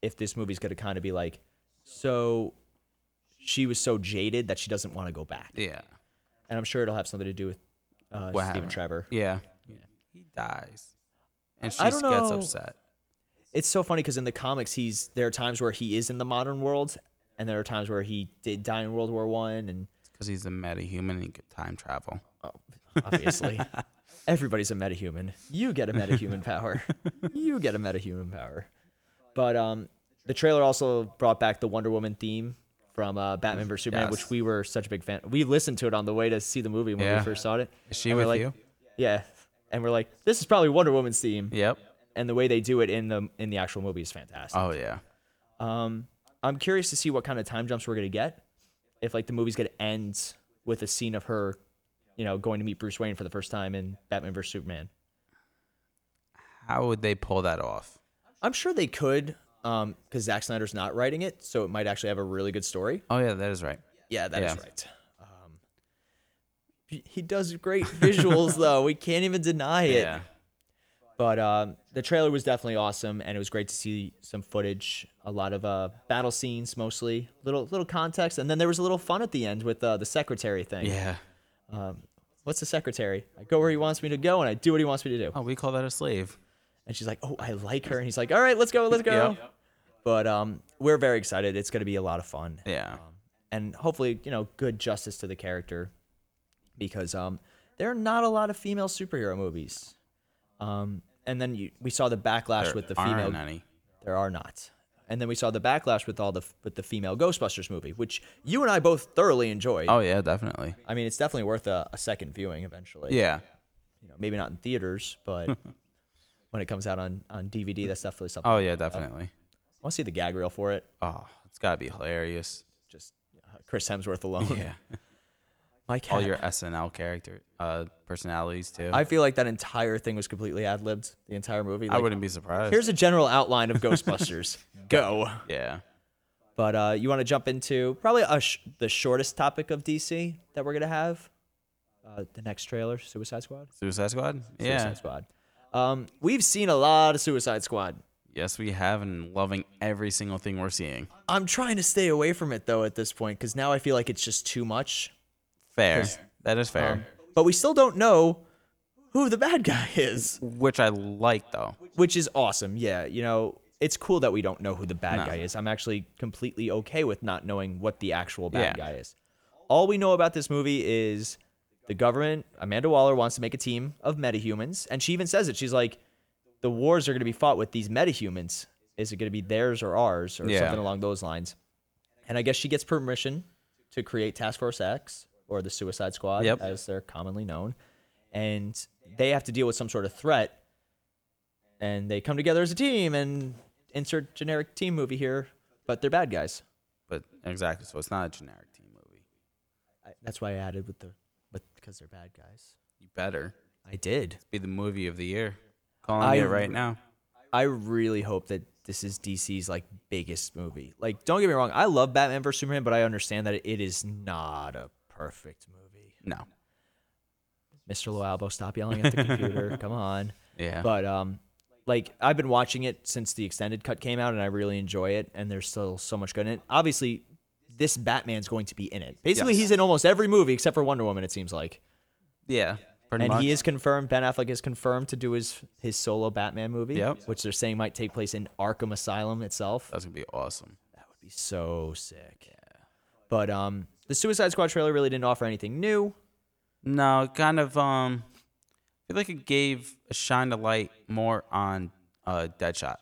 if this movie's going to kind of be like so she was so jaded that she doesn't want to go back. Yeah. And I'm sure it'll have something to do with uh, What Stephen happened? Trevor. Yeah. He dies. And she I gets don't know. upset. It's so funny because in the comics, he's there are times where he is in the modern world, and there are times where he did die in World War One, and Because he's a metahuman and he could time travel. Oh, obviously, <laughs> everybody's a metahuman. You get a metahuman <laughs> power. You get a metahuman power. But um, the trailer also brought back the Wonder Woman theme from uh, Batman vs Superman, Yes. which we were such a big fan. We listened to it on the way to see the movie when Yeah. we first saw it. Is she And we're with like, you? Yeah, and we're like, this is probably Wonder Woman's theme. Yep. and the way they do it in the in the actual movie is fantastic. Oh, yeah. Um, I'm curious to see what kind of time jumps we're gonna get. If like the movie's gonna end with a scene of her, you know, going to meet Bruce Wayne for the first time in Batman vs Superman. How would they pull that off? I'm sure they could, um, because Zack Snyder's not writing it, so it might actually have a really good story. Oh, yeah, that is right. Yeah, that is Yeah. right. Um, he- he does great <laughs> visuals though. We can't even deny it. Yeah. But um, the trailer was definitely awesome, and it was great to see some footage, a lot of uh, battle scenes mostly, little little context, and then there was a little fun at the end with uh, the secretary thing. Yeah. What's the secretary? I go where he wants me to go, and I do what he wants me to do. Oh, we call that a slave. And she's like, "Oh, I like her," and he's like, "All right, let's go, let's go." Yep. But um, we're very excited. It's going to be a lot of fun, Yeah. and hopefully, you know, good justice to the character, because um, there are not a lot of female superhero movies. Um, and then you, we saw the backlash There with the aren't female any. There are not. And then we saw the backlash with all the with the female Ghostbusters movie, which you and I both thoroughly enjoyed. Oh, yeah, definitely. I mean, it's definitely worth a, a second viewing eventually. Yeah. You know, maybe not in theaters, <laughs> but when it comes out on, on DVD, that's definitely something. Oh, yeah, definitely. I want to see the gag reel for it. Oh, it's got to be hilarious. Just uh, Chris Hemsworth alone. <laughs> Yeah. My cat. All your SNL character uh, personalities, too. I feel like that entire thing was completely ad libbed. The entire movie. I Like, wouldn't be surprised. Here's a general outline of <laughs> Ghostbusters. Go. yeah. But uh, you want to jump into probably a sh- the shortest topic of DC that we're gonna have, uh, the next trailer, Suicide Squad. Suicide Squad? Yeah. Suicide Squad. Um, we've seen a lot of Suicide Squad. Yes, we have, and loving every single thing we're seeing. I'm trying to stay away from it though at this point because now I feel like it's just too much. Fair. That is fair. But we still don't know who the bad guy <laughs> is, Which I like, though. which is awesome. Yeah, you know. It's cool that we don't know who the bad No. guy is. I'm actually completely okay with not knowing what the actual bad Yeah. guy is. all we know about this movie is the government, Amanda Waller wants to make a team of metahumans, and she even says it. She's like, the wars are going to be fought with these metahumans. Is it going to be theirs or ours or Yeah. something along those lines? And I guess she gets permission to create Task Force X or the Suicide Squad, Yep. as they're commonly known. And they have to deal with some sort of threat. And they come together as a team and insert generic team movie here, but they're bad guys. But exactly, so it's not a generic team movie. I, that's why I added with the with because they're bad guys. You better I did. be the movie of the year. Calling I- it right now. I really hope that this is DC's like biggest movie. Like, don't get me wrong, I love Batman vs Superman, but I understand that it is not a perfect movie. No. Mr. Loalbo, stop yelling <laughs> at the computer. Come on. Yeah. But um, like I've been watching it since the extended cut came out, and I really enjoy it. And there's still so much good in it. Obviously, this Batman's going to be in it. Basically, Yes. he's in almost every movie except for Wonder Woman. It seems like. yeah. Pretty and much. he is confirmed. Ben Affleck is confirmed to do his his solo Batman movie, Yep. which they're saying might take place in Arkham Asylum itself. That's going to be awesome. That would be so sick. But um, the Suicide Squad trailer really didn't offer anything new. No, it kind of, um, I feel like it gave a shine a light more on uh, Deadshot.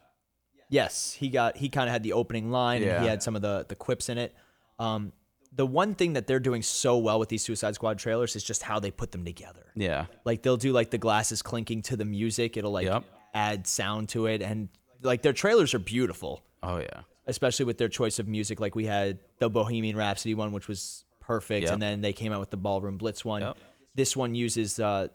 Yes, he got he kind of had the opening line. And he Yeah. had some of the the quips in it. Um, the one thing that they're doing so well with these Suicide Squad trailers is just how they put them together. Yeah. Like they'll do like the glasses clinking to the music. It'll like Yep. add sound to it, and like their trailers are beautiful. Oh, yeah. especially with their choice of music. Like we had the Bohemian Rhapsody one, which was perfect, Yep. and then they came out with the Ballroom Blitz one. Yep. This one uses uh,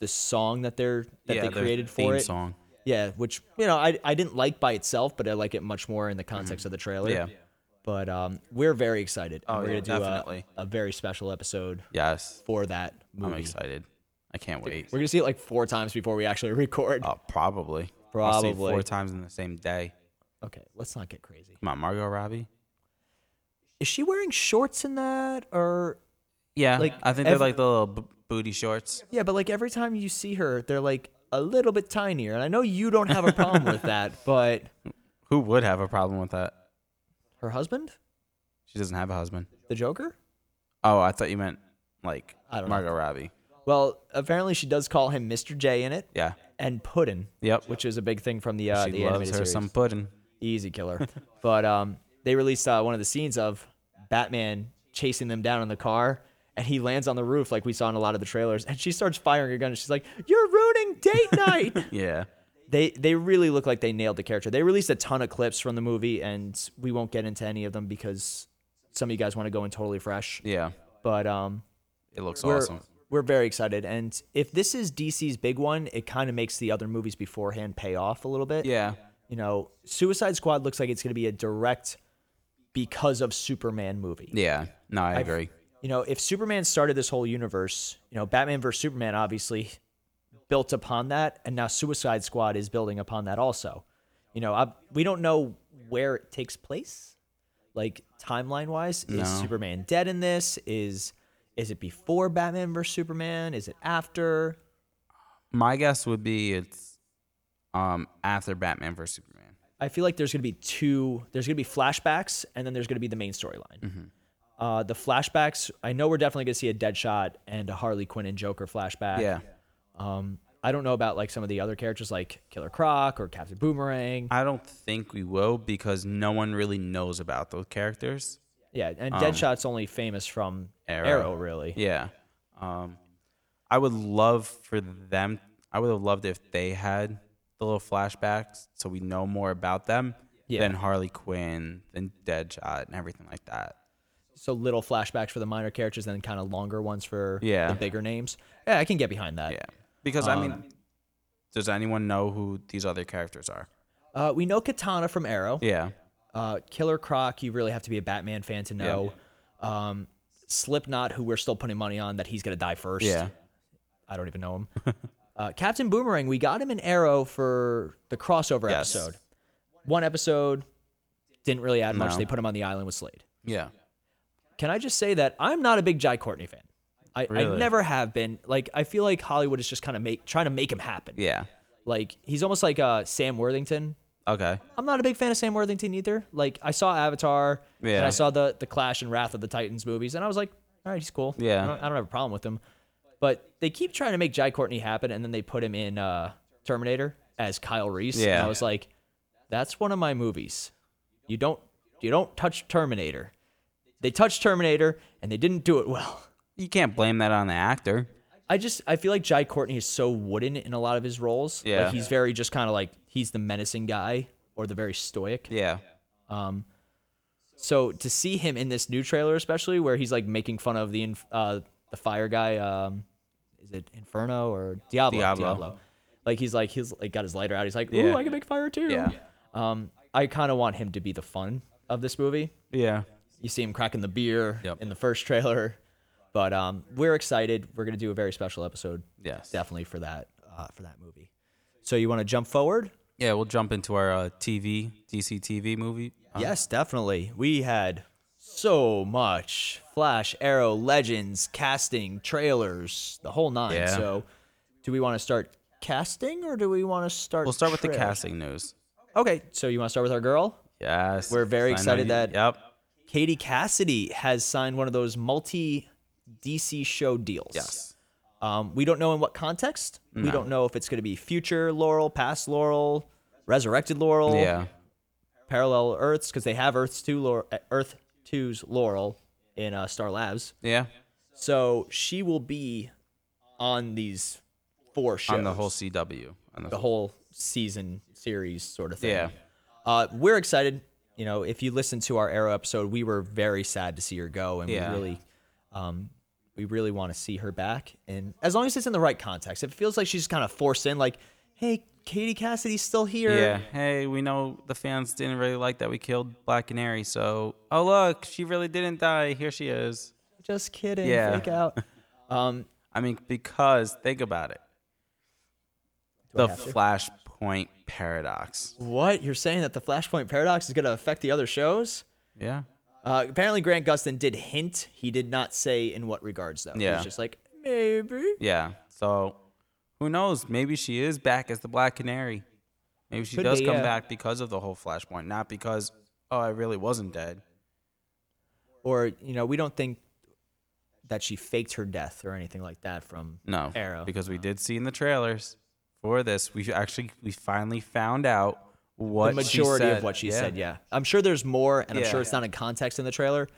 the song that they're that yeah, they their created theme for it. song. Yeah, which you know I I didn't like by itself, but I like it much more in the context of the trailer. Mm-hmm. Yeah. But um, we're very excited. and Oh, we're yeah, gonna do a- definitely. A, very special episode Yes, for that I'm movie. excited. I can't wait. We're gonna see it like four times before we actually <laughs> record. Oh, probably. I'll see it Probably. four times in the same day. Okay, let's not get crazy. Come on, Margot Robbie. Is she wearing shorts in that or Yeah, Like, I think they're every- like the little b- booty shorts. Yeah, but like every time you see her, they're like a little bit tinier. And I know you don't have a problem <laughs> with that, but Who would have a problem with that? her husband, She doesn't have a husband. the Joker? Oh, I thought you meant like I don't know. Margot Robbie. Well, apparently she does call him Mr. J in it Yeah. and Puddin, Yep. which is a big thing from the uh, she the loves animated her series. some pudding. Easy <laughs> killer. but um, they released uh, one of the scenes of Batman chasing them down in the car. And he lands on the roof like we saw in a lot of the trailers, and she starts firing her gun. And she's like, "You're ruining <laughs> date night." Yeah. they they really look like they nailed the character. They released a ton of clips from the movie, and we won't get into any of them because some of you guys want to go in totally fresh. Yeah. But um, It looks we're awesome. we're very excited, and if this is DC's big one, it kind of makes the other movies beforehand pay off a little bit. Yeah. you know, Suicide Squad looks like it's going to be a direct because of Superman movie. Yeah. No, I agree. You know, if Superman started this whole universe, you know, Batman versus Superman obviously built upon that, and now Suicide Squad is building upon that also. You know, I, we don't know where it takes place, like timeline wise. No. Is Superman dead in this? Is is it before Batman versus Superman? Is it after? My guess would be it's um after Batman vs Superman. I feel like there's going to be two. There's going to be flashbacks, and then there's going to be the main storyline. Mm-hmm. Uh, the flashbacks. I know we're definitely going to see a Deadshot and a Harley Quinn and Joker flashback. Yeah. Um, I don't know about like some of the other characters like Killer Croc or Captain Boomerang. I don't think we will because no one really knows about those characters. Yeah, and Deadshot's only famous from um, Arrow. Arrow, really. Yeah. Um, I would love for them. I would have loved if they had the little flashbacks, so we know more about them Yeah. than Harley Quinn, than Deadshot, and everything like that. So little flashbacks for the minor characters, and then kind of longer ones for Yeah. the bigger names. Yeah, I can get behind that. Yeah, Um, because I mean, does anyone know who these other characters are? Uh, we know Katana from Arrow. Yeah, Uh, Killer Croc, you really have to be a Batman fan to know. Um, Slipknot, who we're still putting money on that he's gonna die first. yeah, I don't even know him. <laughs> uh, Captain Boomerang, we got him in Arrow for the crossover Yes. episode. One episode didn't really add much. No. They put him on the island with Slade. yeah. Can I just say that I'm not a big Jai Courtney fan. I, I Really? never have been. Like I feel like Hollywood is just kind of make trying to make him happen. Yeah. Like he's almost like uh, Sam Worthington. Okay. I'm not a big fan of Sam Worthington either. Like I saw Avatar and Yeah. I saw the the Clash and Wrath of the Titans movies, and I was like, all right, he's cool. Yeah. I don't, I don't have a problem with him. But they keep trying to make Jai Courtney happen, and then they put him in uh, Terminator as Kyle Reese. and Yeah. I was like, that's one of my movies. You don't you don't touch Terminator. They touched Terminator, and they didn't do it well. You can't blame that on the actor. I just I feel like Jai Courtney is so wooden in a lot of his roles. Yeah. like, he's very just kind of like he's the menacing guy or the very stoic. Yeah. Um, so to see him in this new trailer, especially where he's like making fun of the inf- uh, the fire guy, um, is it Inferno or Diablo? Diablo. Like he's like he's like got his lighter out. He's like, ooh, Yeah. I can make fire too. Yeah. Um, I kind of want him to be the fun of this movie. Yeah. You see him cracking the beer Yep. in the first trailer, but um, we're excited. We're gonna do a very special episode, Yes. definitely for that uh, for that movie. So you want to jump forward? Yeah. We'll jump into our uh, TV DC TV movie. Uh, Yes, definitely. We had so much Flash, Arrow, Legends, casting, trailers, the whole nine. Yeah. So, do we want to start casting or do we want to start? We'll start with the trail- casting news. Okay, so you want to start with our girl? Yes. We're very I know excited you- that- Yep. Katie Cassidy has signed one of those multi DC show deals. Yes. Um, we don't know in what context. We don't know if it's going to be future Laurel, past Laurel, resurrected Laurel. Yeah. parallel Earths because they have Earths two Laurel, Earth two's Laurel in uh, Star Labs. Yeah. So she will be on these four shows, On the whole CW. On the, the whole season series sort of thing. Yeah. uh, we're excited. you know, if you listen to our Arrow episode, we were very sad to see her go, and Yeah. we really, um, we really want to see her back. And as long as it's in the right context, if it feels like she's kind of forced in, like, hey, Katie Cassidy's still here. Yeah. Hey, we know the fans didn't really like that we killed Black Canary, so oh look, she really didn't die. Here she is. Just kidding. Yeah. Freak <laughs> out. Um, I mean, because think about it. Do I The have to? Flashpoint paradox. what you're saying that the Flashpoint paradox is going to affect the other shows? Yeah. Uh, apparently, Grant Gustin did hint. He did not say in what regards, though. He Yeah. was just like, maybe. Yeah. So who knows? Maybe she is back as the Black Canary. Maybe she Could does be, come yeah. back because of the whole Flashpoint, not because oh, I really wasn't dead. Or, you know, we don't think that she faked her death or anything like that from No, Arrow. because we did see in the trailers for this. We actually we finally found out what the majority she of what she said. Yeah, I'm sure there's more, and I'm Yeah. sure it's not in context in the trailer.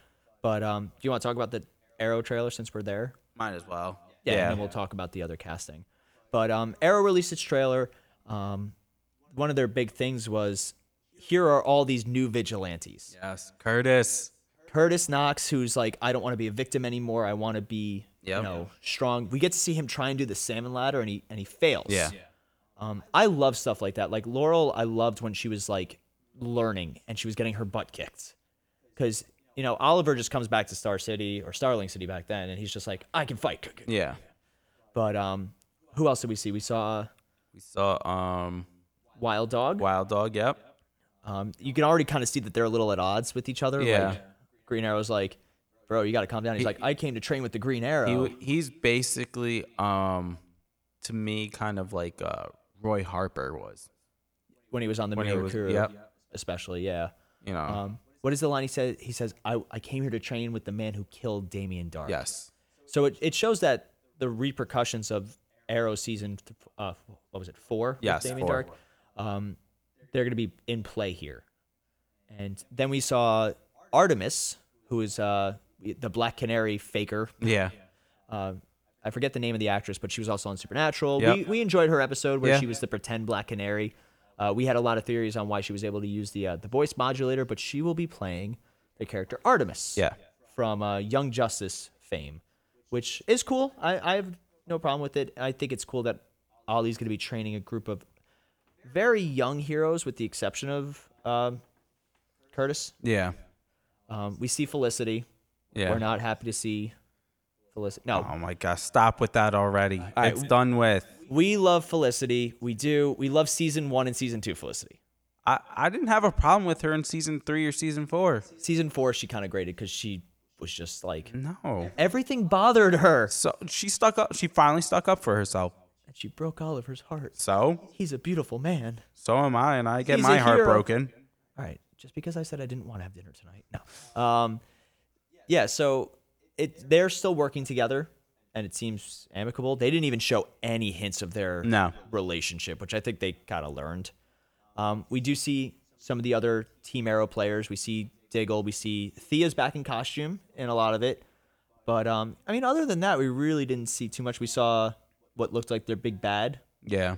But um, do you want to talk about the Arrow trailer since we're there? Might as well. Yeah, and then we'll talk about the other casting. But um, Arrow released its trailer. Um, one of their big things was here are all these new vigilantes. Yes, Curtis. Curtis Knox, who's like, I don't want to be a victim anymore. I want to be, Yep. you know, strong. We get to see him try and do the salmon ladder, and he and he fails. Yeah. Um, I love stuff like that. Like Laurel, I loved when she was like learning and she was getting her butt kicked. Because, you know, Oliver just comes back to Star City or Starling City back then and he's just like, I can fight. Yeah. But um, who else did we see? We saw We saw um Wild Dog. Wild Dog. Yep. Um, you can already kind of see that they're a little at odds with each other. Yeah. Like, Green Arrow's like, bro, you got to calm down. He's like, I came to train with the Green He Arrow. w- he's basically um to me kind of like uh Roy Harper was. when he was on the when he Mirror was- Crew, yep. especially, yeah. You know. Um, what is the line he says? He says, I, I came here to train with the man who killed Damien Dark. yes. So it, it shows that the repercussions of Arrow season, th- uh, what was it, four? with Yes, Damien four. Dark. Um, they're going to be in play here. And then we saw Artemis, who is uh, the Black Canary faker. Yeah. Uh, I forget the name of the actress, but she was also on Supernatural. We, Yep. we enjoyed her episode where Yeah. she was the pretend Black Canary. Uh, we had a lot of theories on why she was able to use the uh, the voice modulator, but she will be playing the character Artemis Yeah. from uh, Young Justice fame, which is cool. I, I have no problem with it. I think it's cool that Ollie's going to be training a group of very young heroes, with the exception of um, Curtis. Yeah. Um, we see Felicity. Yeah. We're not happy to see Felicity. No, Oh my gosh, stop with that already. right, it's done with. we love Felicity. We do. We love season one and season two Felicity. I, I didn't have a problem with her in season three or season four. Season four, she kind of graded because she was just like Mm. No. everything bothered her. So she stuck up she finally stuck up for herself. And she broke Oliver's heart. So He's a beautiful man. so am I and I get He's my a heart hero. broken. All right. Just because I said I didn't want to have dinner tonight. No. Um, yeah. So it they're still working together, and it seems amicable. They didn't even show any hints of their No. relationship, which I think they kind of learned. Um, we do see some of the other Team Arrow players. We see Diggle. We see Thea's back in costume in a lot of it. But um, I mean, other than that, we really didn't see too much. We saw what looked like their big bad. Yeah.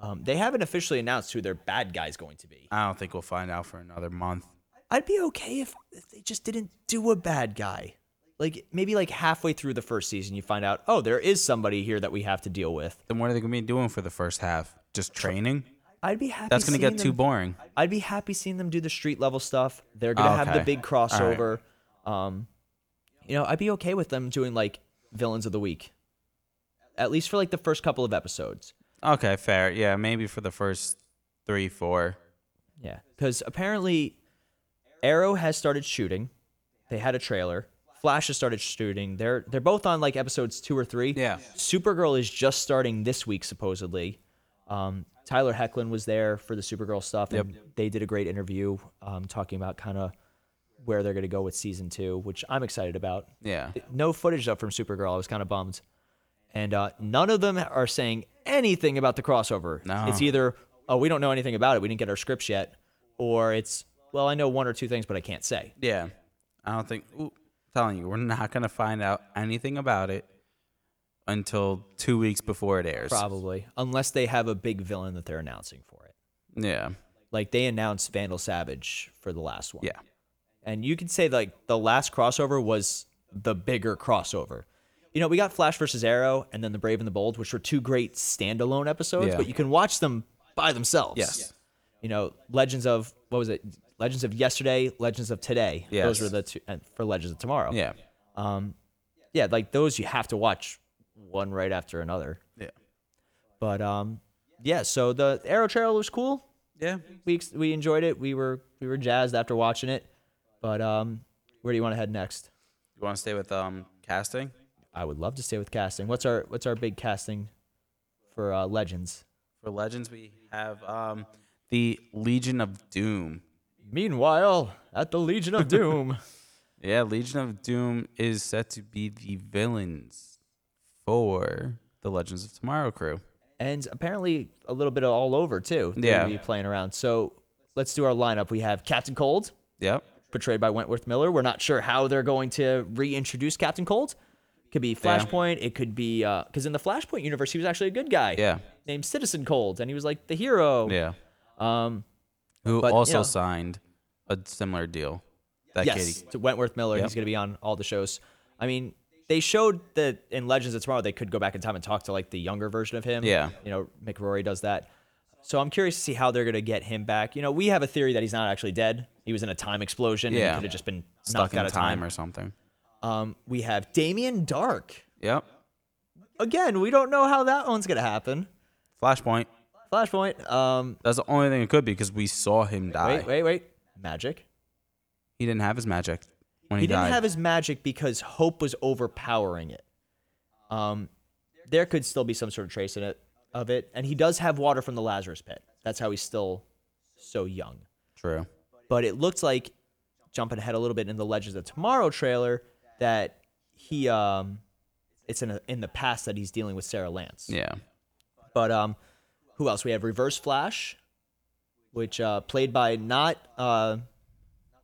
Um, they haven't officially announced who their bad guy's going to be. I don't think we'll find out for another month. I'd be okay if, if they just didn't do a bad guy. Like maybe like halfway through the first season, you find out, oh, there is somebody here that we have to deal with. Then what are they gonna be doing for the first half? Just training? I'd be happy. That's gonna seeing get too them- boring. I'd be happy seeing them do the street level stuff. They're gonna have the Ah, Okay. big crossover. Um, you know, I'd be okay with them doing like villains of the week, at least for like the first couple of episodes. Okay, fair. Yeah, maybe for the first three, four. Yeah, because apparently Arrow has started shooting. They had a trailer. Flash has started shooting. They're they're both on like episodes two or three. Yeah. Supergirl is just starting this week supposedly. Um, Tyler Hecklin was there for the Supergirl stuff, and they did a great interview um, talking about kind of where they're going to go with season two, which I'm excited about. Yeah. No footage up from Supergirl. I was kind of bummed. And uh, none of them are saying anything about the crossover. No. It's either, oh, we don't know anything about it. We didn't get our scripts yet. Or it's, well, I know one or two things, but I can't say. Yeah. I don't think ooh, telling you, we're not gonna find out anything about it until two weeks before it airs. Probably. Unless they have a big villain that they're announcing for it. Yeah. like they announced Vandal Savage for the last one. Yeah. And you could say like the last crossover was the bigger crossover. You know, we got Flash versus Arrow and then The Brave and the Bold, which were two great standalone episodes, Yeah. but you can watch them by themselves. Yes. You know, Legends of what was it? Legends of yesterday, Legends of today. Yes. Those were the two and for Legends of tomorrow. Yeah. Yeah, like those you have to watch one right after another. Yeah. But um yeah, so the Arrow trailer was cool. Yeah. we ex- we enjoyed it. We were we were jazzed after watching it. But um, where do you want to head next? You want to stay with um casting? I would love to stay with casting. What's our what's our big casting for uh, Legends? For Legends, we have um the Legion of Doom. Meanwhile, at the Legion <laughs> of Doom. Yeah, Legion of Doom is set to be the villains for the Legends of Tomorrow crew. and apparently a little bit of all over too. They're Yeah. gonna be playing around. So let's do our lineup. We have Captain Cold, Yep. portrayed by Wentworth Miller. We're not sure how they're going to reintroduce Captain Cold. Could be Flashpoint. It could be because in the Flashpoint universe, he was actually a good guy. Yeah. Named Citizen Cold, and he was like the hero. Yeah. Um, Who But, you also know- signed a similar deal. That yes, Katie. to Wentworth Miller. He's Yep. going to be on all the shows. I mean, they showed that in Legends of Tomorrow they could go back in time and talk to like the younger version of him. Yeah. you know, McRory does that. So I'm curious to see how they're going to get him back. You know, we have a theory that he's not actually dead. He was in a time explosion. and Yeah. he could have just been Stuck knocked in out time, of time. or something. Um, we have Damien Dark Yep. again. We don't know how that one's going to happen. Flashpoint. Flashpoint. Um, That's the only thing it could be because we saw him die. wait, wait, wait. Magic. He didn't have his magic when he, he didn't died. have his magic because hope was overpowering it. Um, there could still be some sort of trace in it of it, and he does have water from the Lazarus pit. That's how he's still so young. True. But it looked like jumping ahead a little bit in the Legends of Tomorrow trailer that he um, it's in a, in the past that he's dealing with Sarah Lance. Yeah. But um, who else? We have Reverse Flash, which uh, played by not uh,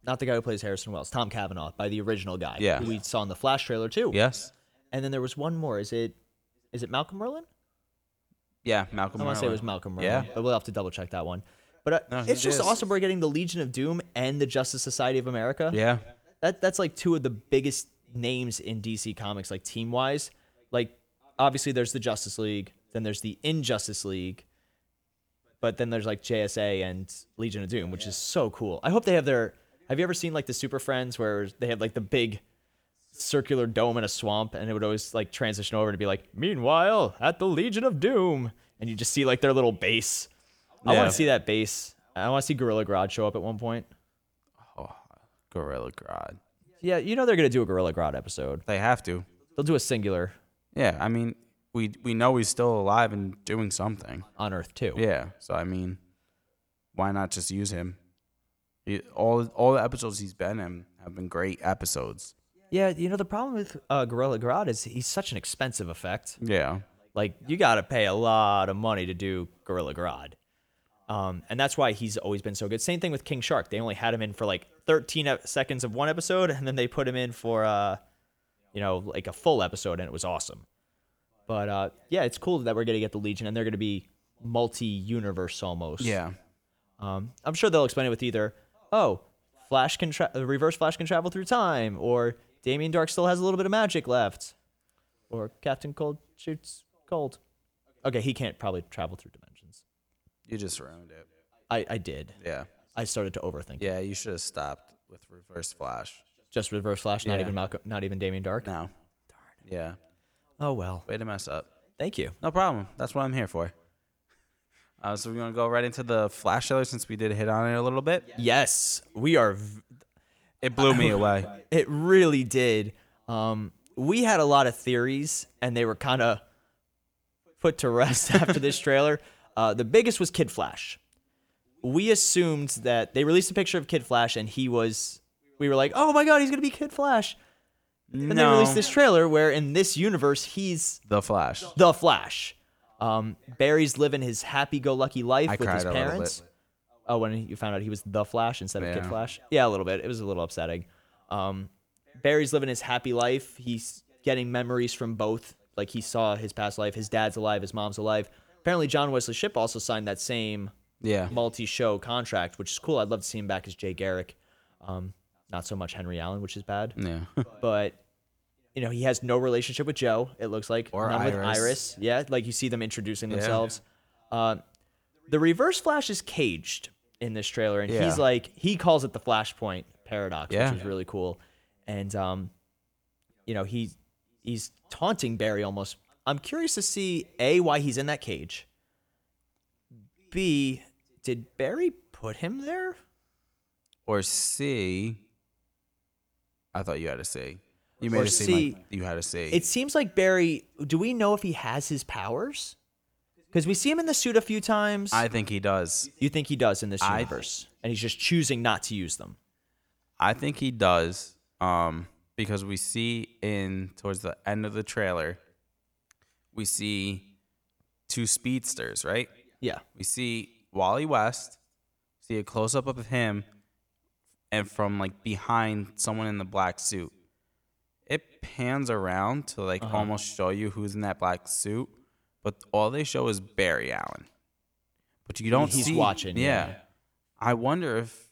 not the guy who plays Harrison Wells, Tom Cavanaugh, by the original guy. Yeah. who we saw in the Flash trailer too. Yes. And then there was one more. Is it is it Malcolm Merlin? Yeah. Malcolm. I want to say it was Merlyn. Malcolm Yeah. Merlin, but we'll have to double check that one. But uh, No, he it's just did. awesome. We're getting the Legion of Doom and the Justice Society of America. Yeah. That that's like two of the biggest names in DC Comics, like team wise. Like obviously there's the Justice League, then there's the Injustice League, but then there's like JSA and Legion of Doom, which is so cool. I hope they have their. Have you ever seen like the Super Friends where they had like the big circular dome in a swamp, and it would always like transition over to be like, meanwhile at the Legion of Doom, and you just see like their little base. I Yeah. want to see that base. I want to see Gorilla Grodd show up at one point. Gorilla Grodd. Yeah, you know they're gonna do a Gorilla Grodd episode. They have to. They'll do a singular Yeah. I mean, we we know he's still alive and doing something. on Earth too. Yeah. So I mean, why not just use him? He, all all the episodes he's been in have been great episodes. Yeah, you know the problem with uh, Gorilla Grodd is he's such an expensive effect. Yeah. Like you got to pay a lot of money to do Gorilla Grodd, um, and that's why he's always been so good. Same thing with King Shark. They only had him in for like 13 ep- seconds of one episode, and then they put him in for uh, you know, like a full episode, and it was awesome. But uh, yeah, it's cool that we're gonna get the Legion, and they're gonna be multi-universe almost. Yeah. Um, I'm sure they'll explain it with either, oh, Flash can tra- uh, reverse Flash can travel through time, or Damien Dark still has a little bit of magic left, or Captain Cold shoots cold. Okay, he can't probably travel through dimensions. You just ruined it. I, I did. Yeah. I started to overthink. Yeah. You should have stopped with Reverse Flash. Just reverse Flash, not Yeah. even Malcolm, not even Damien Dark. No. Darn. Yeah. Oh well. Way to mess up. Thank you. No problem. That's what I'm here for. Uh, so we're gonna go right into the Flash trailer since we did hit on it a little bit. Yes, we are. V- It <laughs> blew me away. it really did. Um, we had a lot of theories, and they were kind of put to rest <laughs> after this trailer. Uh, the biggest was Kid Flash. We assumed that they released a picture of Kid Flash, and he was. We were like, "Oh my God, he's gonna be Kid Flash!" Then they no, released this trailer where, in this universe, he's the Flash. the Flash. Um, Barry's living his happy-go-lucky life I with cried his a little parents. bit. Oh, when you found out he was the Flash instead of Kid Yeah. Flash? Yeah, a little bit. It was a little upsetting. Um, Barry's living his happy life. He's getting memories from both. Like he saw his past life. His dad's alive. His mom's alive. Apparently, John Wesley Ship also signed that same Yeah. multi-show contract, which is cool. I'd love to see him back as Jay Garrick. Um, not so much Henry Allen, which is bad. Yeah. But you know, he has no relationship with Joe. It looks like Or none with Iris. Iris. Yeah, like you see them introducing themselves. Uh, the Reverse Flash is caged in this trailer, and Yeah. he's like he calls it the Flashpoint paradox, Yeah. which is really cool. And um, you know, he he's taunting Barry almost. I'm curious to see a why he's in that cage. B, did Barry put him there? <laughs> or C. I thought you had a C. You made Or it seem C. like you had a C. It seems like Barry. Do we know if he has his powers? Because we see him in the suit a few times. I think he does. you think he does in this I- universe, and he's just choosing not to use them. I think he does. Um, because we see in towards the end of the trailer, we see two speedsters, right? Yeah, We see Wally West, see a close up of him, and from like behind someone in the black suit. It pans around to like Uh-huh. almost show you who's in that black suit, but all they show is Barry Allen. But you don't He's see watching, Yeah. yeah. I wonder if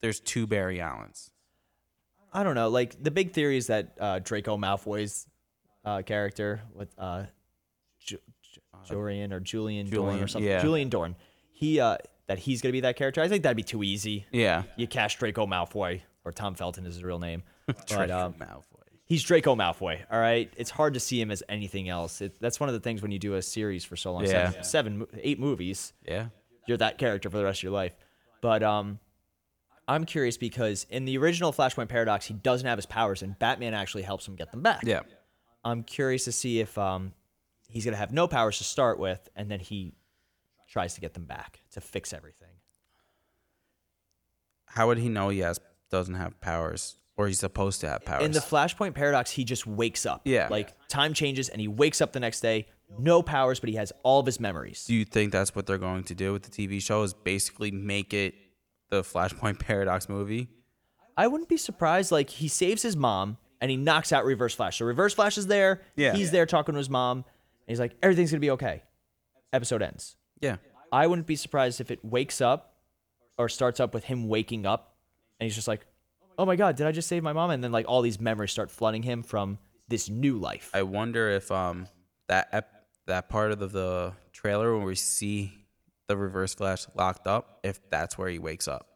there's two Barry Allens. I don't know. Like the big theory is that uh, Draco Malfoy's uh, character with uh, Ju- Ju- Jorian or Julian, Dorn or Julian, something. yeah. Julian Dorn. He uh, that he's gonna be that character. I think that'd be too easy. Yeah. You cast Draco Malfoy or Tom Felton is his real name. But, <laughs> Draco um, Malfoy. he's Draco Malfoy. All right, it's hard to see him as anything else. It, that's one of the things when you do a series for so long, Yeah. seven, seven, mo- eight movies, Yeah. you're that character for the rest of your life. But um, I'm curious because in the original Flashpoint Paradox, he doesn't have his powers, and Batman actually helps him get them back. Yeah. I'm curious to see if um, he's gonna have no powers to start with, and then he tries to get them back to fix everything. How would he know he has doesn't have powers or he's supposed to have powers? In the Flashpoint paradox, he just wakes up. Yeah. Like time changes and he wakes up the next day, no powers, but he has all of his memories. Do you think that's what they're going to do with the TV show? Is basically make it the Flashpoint <laughs> Paradox movie? I wouldn't be surprised. Like he saves his mom and he knocks out Reverse Flash. So Reverse Flash is there. Yeah. He's there talking to his mom. And he's like, everything's gonna be okay. Episode ends. Yeah, I wouldn't be surprised if it wakes up or starts up with him waking up and he's just like, Oh my god, did I just save my mom? And then like all these memories start flooding him from this new life. I wonder if um that ep- that part of the, the trailer when we see the Reverse Flash locked up, if that's where he wakes up.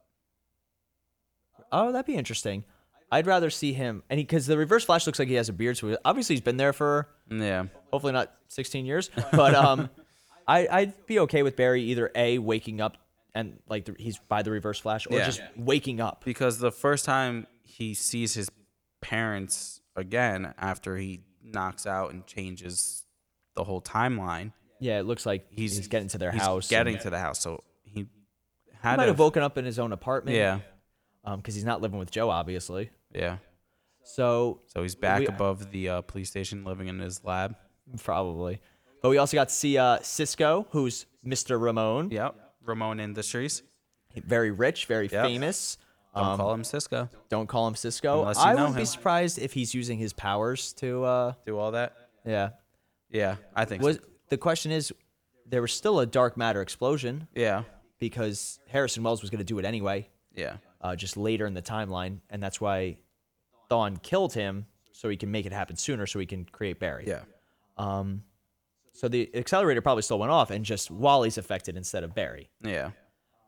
Oh, that'd be interesting. I'd rather see him, and because the Reverse Flash looks like he has a beard, so obviously he's been there for Yeah, hopefully not 16 years. But um, <laughs> I I'd be okay with Barry either a waking up and like the, he's by the Reverse Flash, or Yeah. just waking up. because the first time he sees his parents again after he knocks out and changes the whole timeline, Yeah, it looks like he's, he's, getting to their he's house. and- getting to the house. So he he had might to- have woken up in his own apartment. yeah, because he's not living with Joe, obviously. yeah. So So he's back We- above the uh, police station, living in his lab. probably. But we also got to see uh, Cisco, who's Mr. Ramon, Yep. Ramon Industries. very rich, very Yep. famous. Um, Don't call him Cisco. Don't call him Cisco. Unless you I know wouldn't be him. surprised if he's using his powers to. Uh, Do all that. yeah. Yeah, I think. Was so. the question is, there was still a dark matter explosion Yeah, because Harrison Wells was going to do it anyway, yeah, uh, just later in the timeline, and that's why Thawne killed him so he can make it happen sooner, so he can create Barry. yeah. So the accelerator probably still went off, and just Wally's affected instead of Barry. Yeah.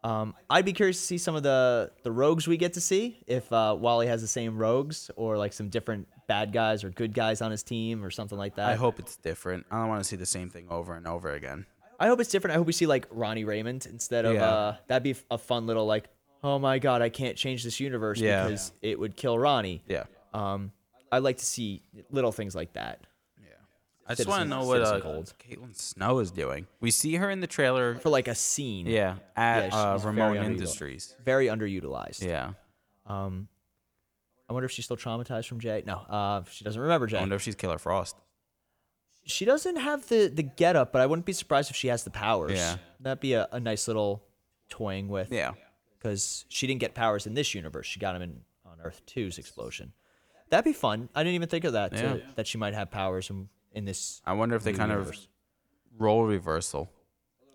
Um, I'd be curious to see some of the the rogues we get to see if uh, Wally has the same rogues or like some different bad guys or good guys on his team or something like that. I hope it's different. I don't want to see the same thing over and over again. I hope it's different. I hope we see like Ronnie Raymond instead of Yeah. uh, that'd be a fun little like oh my god I can't change this universe Yeah. because it would kill Ronnie. Yeah. Um, I'd like to see little things like that. I just want to Citizen- know what uh, Citizen Gold. Caitlin Snow is doing. We see her in the trailer. for like a scene. Yeah, Yeah, at uh, she's very Ramon underutilized. Industries. Very underutilized. Yeah. Um, I wonder if she's still traumatized from Jay. No, uh, she doesn't remember I Jay. wonder if she's Killer Frost. She doesn't have the the getup, but I wouldn't be surprised if she has the powers. Yeah. That'd be a, a nice little toying with. Yeah. because she didn't get powers in this universe. She got them in on Earth 2's explosion. That'd be fun. I didn't even think of that. to- Yeah. that she might have powers in, in this I wonder if they kind of role reversal.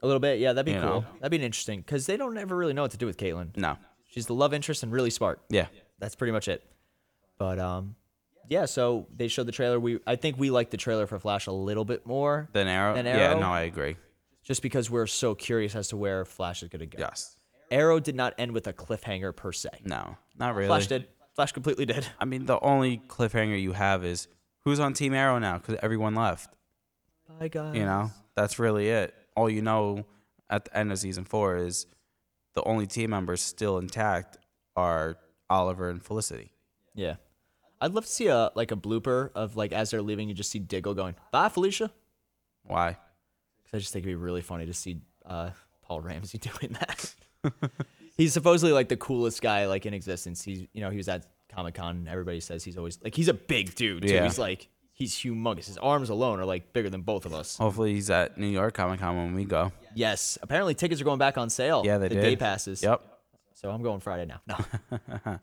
a A little bit, yeah, that'd be You cool. know. That'd be interesting because they don't ever really know what to do with Caitlyn. No. She's the love interest and really smart. Yeah. That's pretty much it. But um, yeah. So they showed the trailer. We I think we liked the trailer for Flash a little bit more, Then Arrow. Then Yeah, Arrow? no, I agree. just because we're so curious as to where Flash is gonna go. Yes. Arrow did not end with a cliffhanger per se. No, not really. Flash did. Flash completely did. I mean, the only cliffhanger you have is who's on Team Arrow now because everyone left. Bye guys. You know, that's really it. All you know at the end of season four is the only team members still intact are Oliver and Felicity. Yeah. I'd love to see a like a blooper of like as they're leaving, you just see Diggle going, "Bye, Felicia." Why? 'Cause I just think it'd be really funny to see uh, Paul Ramsey <laughs> doing that. <laughs> he's supposedly like the coolest guy like in existence. He's you know he was at Comic Con and everybody says he's always like he's a big dude. Too. Yeah. He's like he's humongous. His arms alone are like bigger than both of us. Hopefully he's at New York Comic Con when we go. Yes. Apparently tickets are going back on sale. Yeah, they the did. day passes. Yep. So I'm going Friday <laughs> now. No.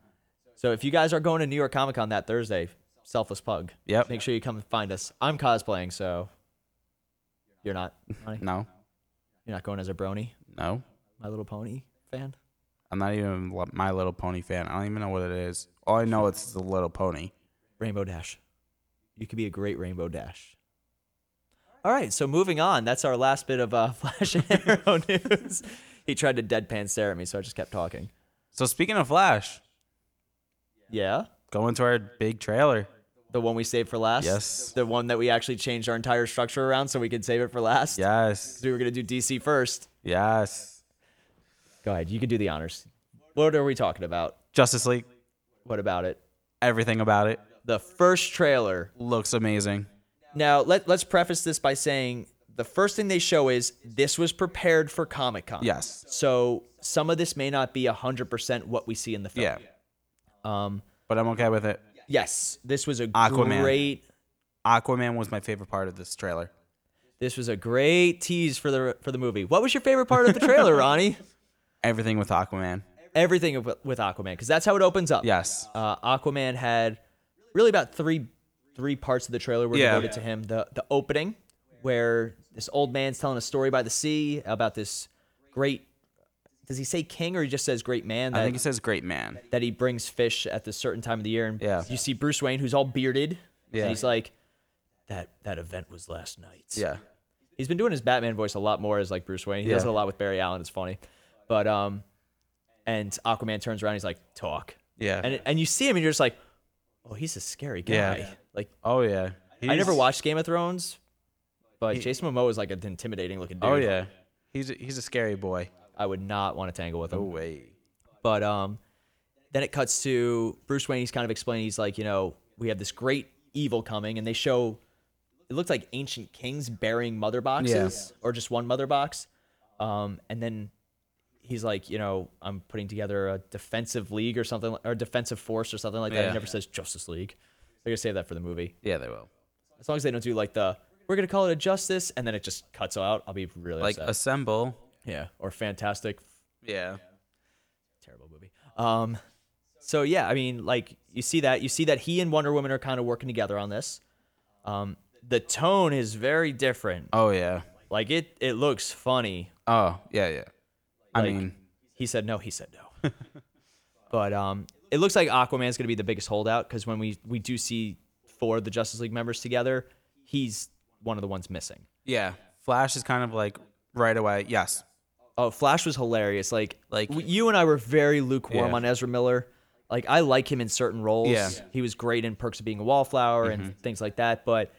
so if you guys are going to New York Comic Con that Thursday, selfless plug. Yep. Make sure you come and find us. I'm cosplaying, so you're not. Ronnie? No, You're not going as a Brony, no. My Little Pony fan. I'm not even a My Little Pony fan. I don't even know what it is. All I know it's the Little Pony. Rainbow Dash. You could be a great Rainbow Dash. All right, so moving on. That's our last bit of uh, <laughs> Flash and <laughs> Arrow news. He tried to deadpan stare at me, so I just kept talking. So speaking of Flash, Yeah, going to our big trailer. the one we saved for last. Yes. the one that we actually changed our entire structure around so we could save it for last. Yes, we were gonna do DC first. yes. Go ahead, you could do the honors. What are we talking about? Justice League. What about it? Everything about it The first trailer looks amazing. Now let let's preface this by saying the first thing they show is this was prepared for Comic Con. Yes. So some of this may not be hundred percent what we see in the film. Yeah. Um. But I'm okay with it. Yes. This was a Aquaman. great. Aquaman was my favorite part of this trailer. This was a great tease for the for the movie. What was your favorite part of the <laughs> trailer, Ronnie? Everything with Aquaman. Everything of- with Aquaman, because that's how it opens up. Yes. Uh, Aquaman had really about three three parts of the trailer were Yeah. devoted to him. The the opening, where this old man's telling a story by the sea about this great. Does he say king or he just says great man? That, I think it says great man. that he brings fish at this certain time of the year, and Yeah. you see Bruce Wayne who's all bearded. Yeah. and he's like, that that event was last night. Yeah. he's been doing his Batman voice a lot more as like Bruce Wayne. He does it Yeah. a lot with Barry Allen. It's funny, but um, and Aquaman turns around. He's like, talk Yeah. and and you see him and you're just like, oh, he's a scary guy. Yeah. Like oh yeah. I never He's- watched Game of Thrones, but Jason Momoa is like an intimidating looking dude. Oh yeah. He's a, he's a scary boy. I would not want to tangle with him. Oh wait. But um, then it cuts to Bruce Wayne. He's kind of explaining. He's like, you know, we have this great evil coming, and they show it looks like ancient kings burying mother boxes or just one mother box. Um, and then he's like, you know, I'm putting together a defensive league or something, or defensive force or something like that. Yeah. He never says Justice League. They're gonna save that for the movie. Yeah, they will. As long as they don't do like the we're gonna call it a justice, and then it just cuts out. I'll be really Like upset. assemble. yeah, or fantastic Yeah. terrible movie. Um, so yeah, I mean, like you see that you see that he and Wonder Woman are kind of working together on this. Um, the tone is very different. Oh yeah. Like it, it looks funny. Oh yeah yeah. I Like- mean He said no. He said no. <laughs> but um, it looks like Aquaman's gonna be the biggest holdout because when we we do see four of the Justice League members together, he's one of the ones missing. yeah. Flash is kind of like right away. Yes. Oh, Flash was hilarious. Like, Like- like you and I were very lukewarm Yeah. on Ezra Miller. Like, I like him in certain roles. Yeah. Mm-hmm. He was great in Perks of Being a Wallflower and things like that. But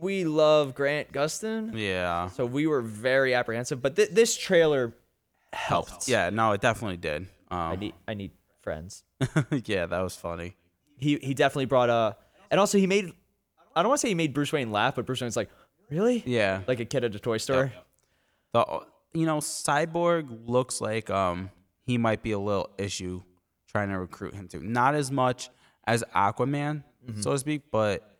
we love Grant Gustin, Yeah. so we were very apprehensive. But th- this trailer helped. Yeah. No, it definitely did. I Um, <laughs> need I need friends. yeah, that was funny. He he definitely brought a, and also he made. I don't want to say he made Bruce Wayne laugh, but Bruce Wayne's like, really? Yeah. Like a kid at a toy store. the uh, you know cyborg looks like um he might be a little issue trying to recruit him to not as much as aquaman so to speak but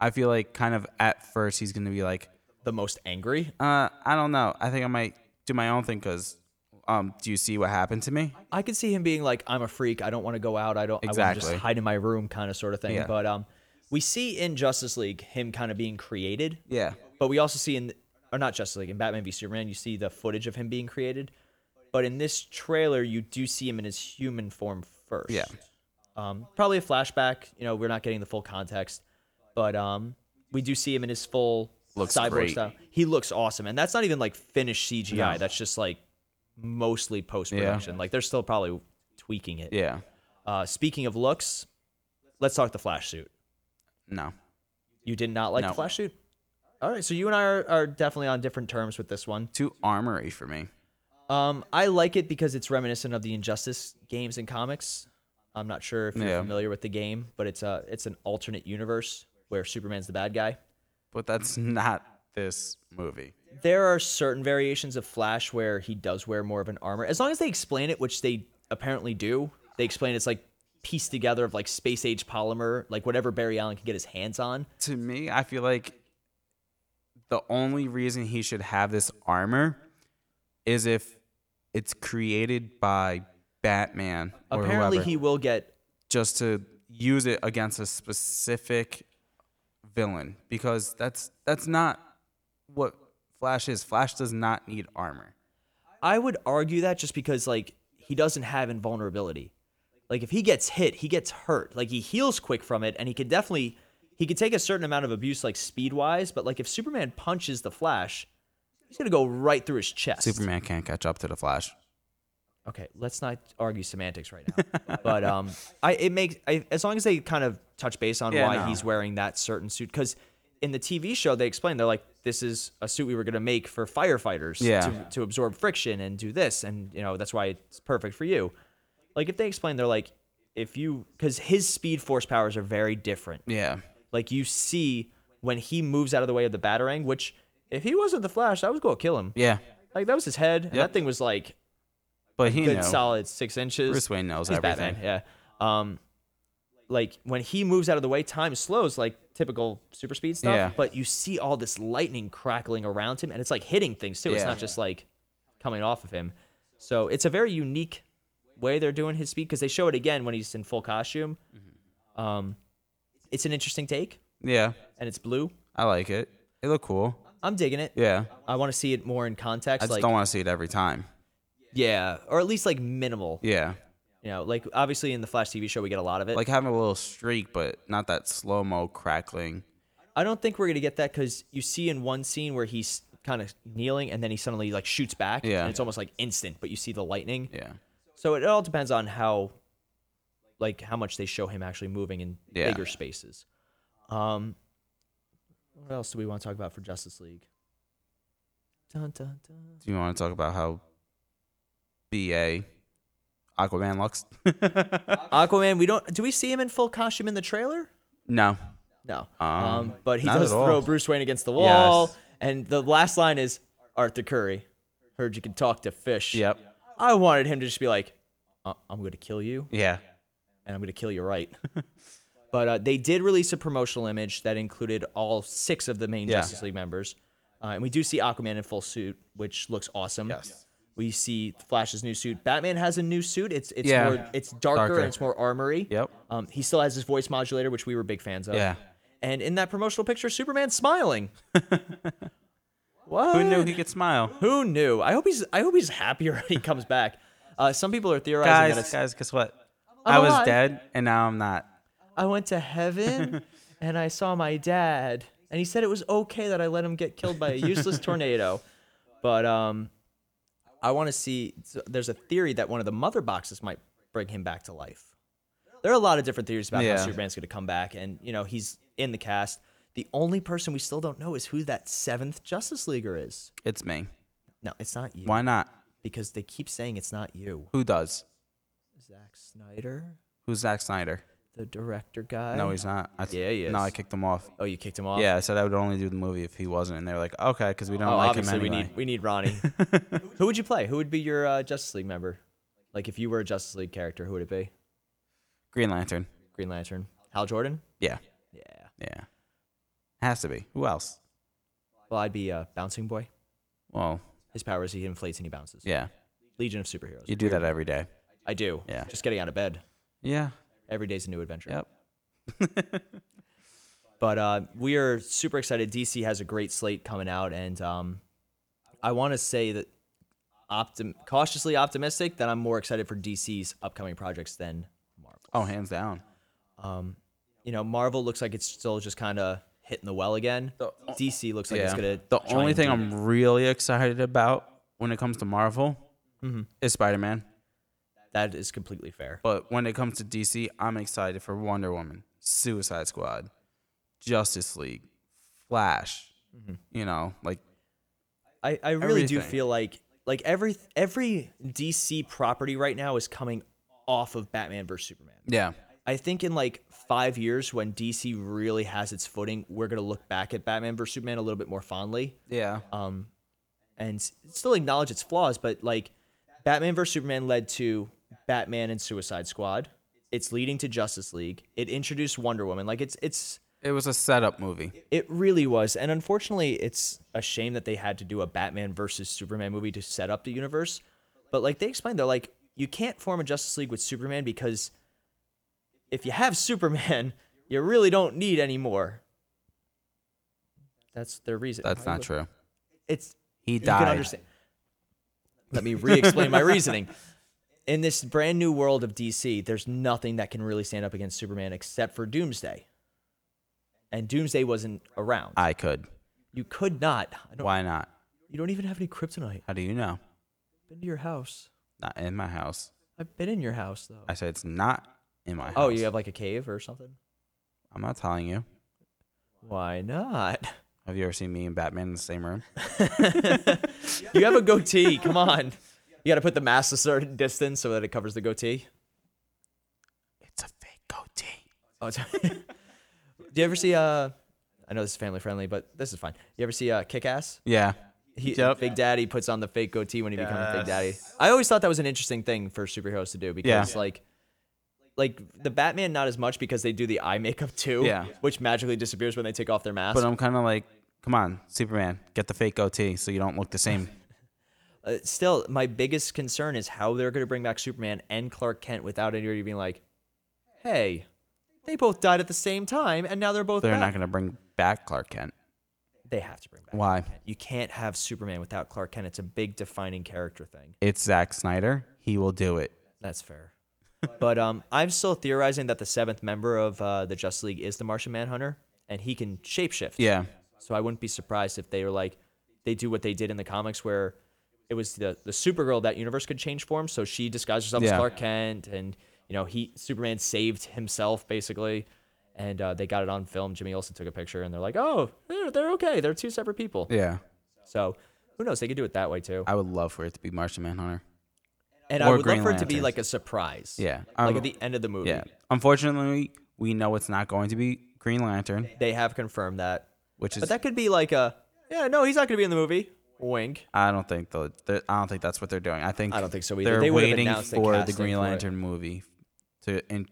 i feel like kind of at first he's gonna be like The most angry. uh i don't know i think i might do my own thing because um do you see what happened to me I could see him being like, "I'm a freak. I don't want to go out. I don't. I want to Exactly. just hide in my room," kind of sort of thing. Yeah. But um, we see in Justice League him kind of being created, yeah but we also see in or not Justice League and Batman v Superman, you see the footage of him being created, but in this trailer, you do see him in his human form first. Yeah. Um, probably a flashback. You know, we're not getting the full context, but um, we do see him in his full Looks cyborg great. style. He looks awesome, and that's not even like finished CGI. No. That's just like mostly post production. Like they're still probably tweaking it. Yeah. Uh, speaking of looks, let's talk the Flash suit. No. You did not like No. the Flash suit. All right, so you and I are, are definitely on different terms with this one. Too armory for me. Um, I like it because it's reminiscent of the Injustice games and comics. I'm not sure if you're Yeah. familiar with the game, but it's a it's an alternate universe where Superman's the bad guy. But that's <laughs> not this movie. There are certain variations of Flash where he does wear more of an armor, as long as they explain it, which they apparently do. They explain it's like pieced together of like space age polymer, like whatever Barry Allen can get his hands on. To me, I feel like the only reason he should have this armor is if it's created by Batman or apparently, whoever, he will get just to use it against a specific villain because that's that's not what Flash is. Flash does not need armor. I would argue that just because like he doesn't have invulnerability. Like if he gets hit, he gets hurt. Like he heals quick from it, and he could definitely he could take a certain amount of abuse like speed wise. But like if Superman punches the Flash, he's gonna go right through his chest. Superman can't catch up to the Flash. Okay, let's not argue semantics right now. <laughs> but um, I it makes I, as long as they kind of touch base on Yeah, why no. he's wearing that certain suit because in the TV show they explain they're like this is a suit we were gonna make for firefighters Yeah. to to absorb friction and do this and you know that's why it's perfect for you. Like if they explain they're like if you because his speed force powers are very different. Yeah. Like you see when he moves out of the way of the batarang, which if he wasn't the Flash, I was gonna kill him. Yeah. Like that was his head. And Yep. that thing was like But he good knows. solid six inches. Bruce Wayne knows He's everything. Batman, yeah. Um, like when he moves out of the way, time slows, like typical super speed stuff. Yeah. But you see all this lightning crackling around him, and it's like hitting things too. It's Yeah. not just like coming off of him. So it's a very unique way they're doing his speed because they show it again when he's in full costume. Mm-hmm. Um, it's an interesting take, Yeah. and it's blue. I like it. It looked cool. I'm digging it. Yeah. I want to see it more in I context, just like don't want to see it every time. yeah, or at least like minimal. Yeah. You know, like obviously in the Flash TV show we get a lot of it. Like having a little streak, but not that slow mo crackling. I don't think we're gonna get that because you see in one scene where he's kind of kneeling and then he suddenly like shoots back. Yeah. And it's almost like instant, but you see the lightning. Yeah. So it all depends on how, like, how much they show him actually moving in Yeah. bigger spaces. Um, what else do we want to talk about for Justice League? Dun, dun, dun. Do you want to talk about how BA Aquaman looks? <laughs> Aquaman, we don't. Do we see him in full costume in the trailer? no. No. Um, Um, but he not does at all. throw Bruce Wayne against the wall. Yes. And the last line is Arthur Curry. Heard you can talk to fish. Yep. I wanted him to just be like, "Uh, I'm going to kill you, Yeah. and I'm going to kill you right. <laughs> but uh, they did release a promotional image that included all six of the main Yeah. Justice League members. Uh, and we do see Aquaman in full suit, which looks awesome. Yes. We see Flash's new suit. Batman has a new suit. It's it's Yeah. more it's darker, Darker. and it's more armory. Yep. Um, he still has his voice modulator, which we were big fans of. Yeah. And in that promotional picture, Superman's <laughs> smiling. what? Who knew he could smile? Who knew? I hope he's I hope he's happier <laughs> when he comes back. Uh, some people are theorizing that Guys, it's guys, guess what? I'm I was alive. dead and now I'm not. I went to <laughs> heaven and I saw my dad and he said it was okay that I let him get killed by a useless tornado. <laughs> But um I want to see so there's a theory that one of the mother boxes might bring him back to life. There are a lot of different theories about Yeah. how Superman's going to come back and you know he's in the cast. The only person we still don't know is who that 7th Justice Leaguer is. It's me. No, it's not you Why not? because they keep saying it's not you. Who does? Zack Snyder, Who's Zack Snyder? the director guy. No, he's not. I Yeah, he No, is. I kicked him off. Oh, you kicked him off. Yeah, I said I would only do the movie if he wasn't, and they were like, okay, because we don't Oh, like him obviously anyway. we need we need <laughs> Ronnie. who would you play? Who would be your uh, Justice League member? Like if you were a Justice League character, who would it be? Green Lantern. Green Lantern, Hal Jordan. Yeah, Yeah. yeah, has to be. Who else? Well, I'd be uh, Bouncing Boy. Well, His power is he inflates and he bounces. yeah, Legion of Superheroes. you do that every day. I do. Yeah. Just getting out of bed. Yeah, Every day's a new adventure. yep. But uh, we are super excited. DC has a great slate coming out, and um, I want to say that optim- cautiously optimistic that I'm more excited for DC's upcoming projects than Marvel. Oh, hands down. Um, you know, Marvel looks like it's still just kind of hitting the well again. The- DC looks like it's Yeah. gonna. the try only and thing do- I'm really excited about when it comes to Marvel Mhm. is Spider Man. that is completely fair. But when it comes to DC, I'm excited for Wonder Woman, Suicide Squad, Justice League, Flash. You know, like I, I really do Everything. feel like like every every DC property right now is coming off of Batman versus Superman. yeah, I think in like five years, when DC really has its footing, we're gonna look back at Batman versus Superman a little bit more fondly, yeah, um, and s- still acknowledge its flaws. But like, Batman versus Superman led to Batman and Suicide Squad. It's leading to Justice League. It introduced Wonder Woman. Like it's it's it was a setup movie. it really was, and unfortunately, it's a shame that they had to do a Batman versus Superman movie to set up the universe. But like they explained, they're like, you can't form a Justice League with Superman because if you have Superman, <laughs> you really don't need any more. That's their reason. That's not true. It's He you can died. understand. Let me re-explain my reasoning. <laughs> In this brand new world of DC, there's nothing that can really stand up against Superman except for Doomsday. And Doomsday wasn't around. I could. You could not. I don't, Why not? you don't even have any kryptonite. How do you know? I've been to your house. Not in my house. I've been in your house though. I said it's not in my house. oh, you have like a cave or something? I'm not telling you. Why not? <laughs> Have you ever seen me and Batman in the same room? You have a goatee. Come on. You got to put the mask a certain distance so that it covers the goatee. <laughs> It's a fake goatee. Oh, it's- <laughs> Do you ever see uh I know this is family friendly, but this is fine. You ever see uh Kick Ass? Yeah. He Yep. Big Daddy puts on the fake goatee when he becomes Big Daddy. I always thought that was an interesting thing for superheroes to do because Yeah. like like the Batman not as much because they do the eye makeup too, Yeah. which magically disappears when they take off their mask. But um, I'm kind of like, come on, Superman, get the fake goatee so you don't look the <laughs> same. Uh, still, my biggest concern is how they're going to bring back Superman and Clark Kent without anybody being like, "Hey, they both died at the same time, and now they're both They're back." not going to bring back Clark Kent. they have to bring back. Why? You can't have Superman without Clark Kent. It's a big defining character thing. It's Zack Snyder. He will do it. That's fair. but um, I'm still theorizing that the seventh member of uh, the Justice League is the Martian Manhunter, and he can shapeshift. Yeah. So I wouldn't be surprised if they were like, they do what they did in the comics where it was the the Supergirl that universe could change form. So she disguised herself as Yeah. Clark Kent, and you know he Superman saved himself basically, and uh, they got it on film. Jimmy Olsen took a picture, and they're like, oh, they're, they're okay. They're two separate people. Yeah. So who knows? They could do it that way too. I would love for it to be Martian Manhunter. And I Or would Green love for it to be Lanterns. like a surprise. Yeah. Like Um, at the end of the movie. yeah. Unfortunately, we know it's not going to be Green Lantern, They have confirmed that. which But is that could be like a yeah, no, he's not going to be in the movie. Wink. I don't think the the- I don't think that's what they're doing. I think I don't think so either. They're They would've waiting announced the for the casting Green for it. Lantern movie to in,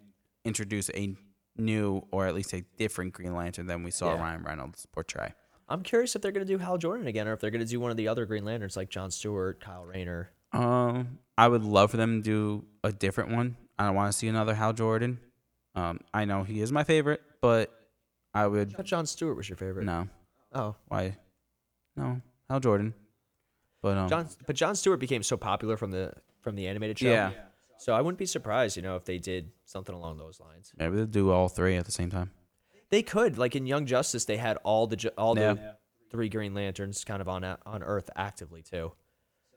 introduce a new or at least a different Green Lantern than we saw Yeah. Ryan Reynolds portray. I'm curious if they're going to do Hal Jordan again or if they're going to do one of the other Green Lanterns like John Stewart, Kyle Rayner. Um, I would love for them to do a different one. I don't want to see another Hal Jordan. Um, I know he is my favorite, but I would I thought John Stewart was your favorite. no. Oh. Why? No, Hal Jordan. But um, John but John Stewart became so popular from the from the animated show. Yeah. So I wouldn't be surprised, you know, if they did something along those lines. maybe they'll do all three at the same time. They could, like in Young Justice, they had all the ju- all the Yeah. three Green Lanterns kind of on a- on Earth actively too.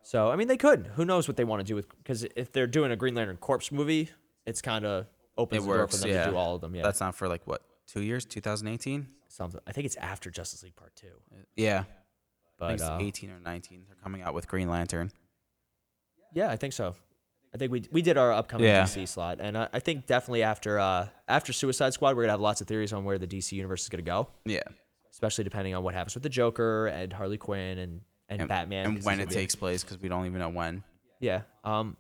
So I mean, they could. Who knows what they want to do with? Because if they're doing a Green Lantern Corpse movie, it's kind of opens It the door works, for them yeah. to do all of them. Yeah, That's not for like what two years, 2018. something. I think it's after Justice League Part Two. Yeah, I But think it's uh, 18 or 19. They're coming out with Green Lantern. yeah, I think so. I think we we did our upcoming Yeah. DC slot, and I, I think definitely after uh, after Suicide Squad, we're gonna have lots of theories on where the DC universe is gonna go, Yeah, especially depending on what happens with the Joker and Harley Quinn and and, Batman and 'cause when there's gonna it be a- takes place because we don't even know when. Yeah. Um,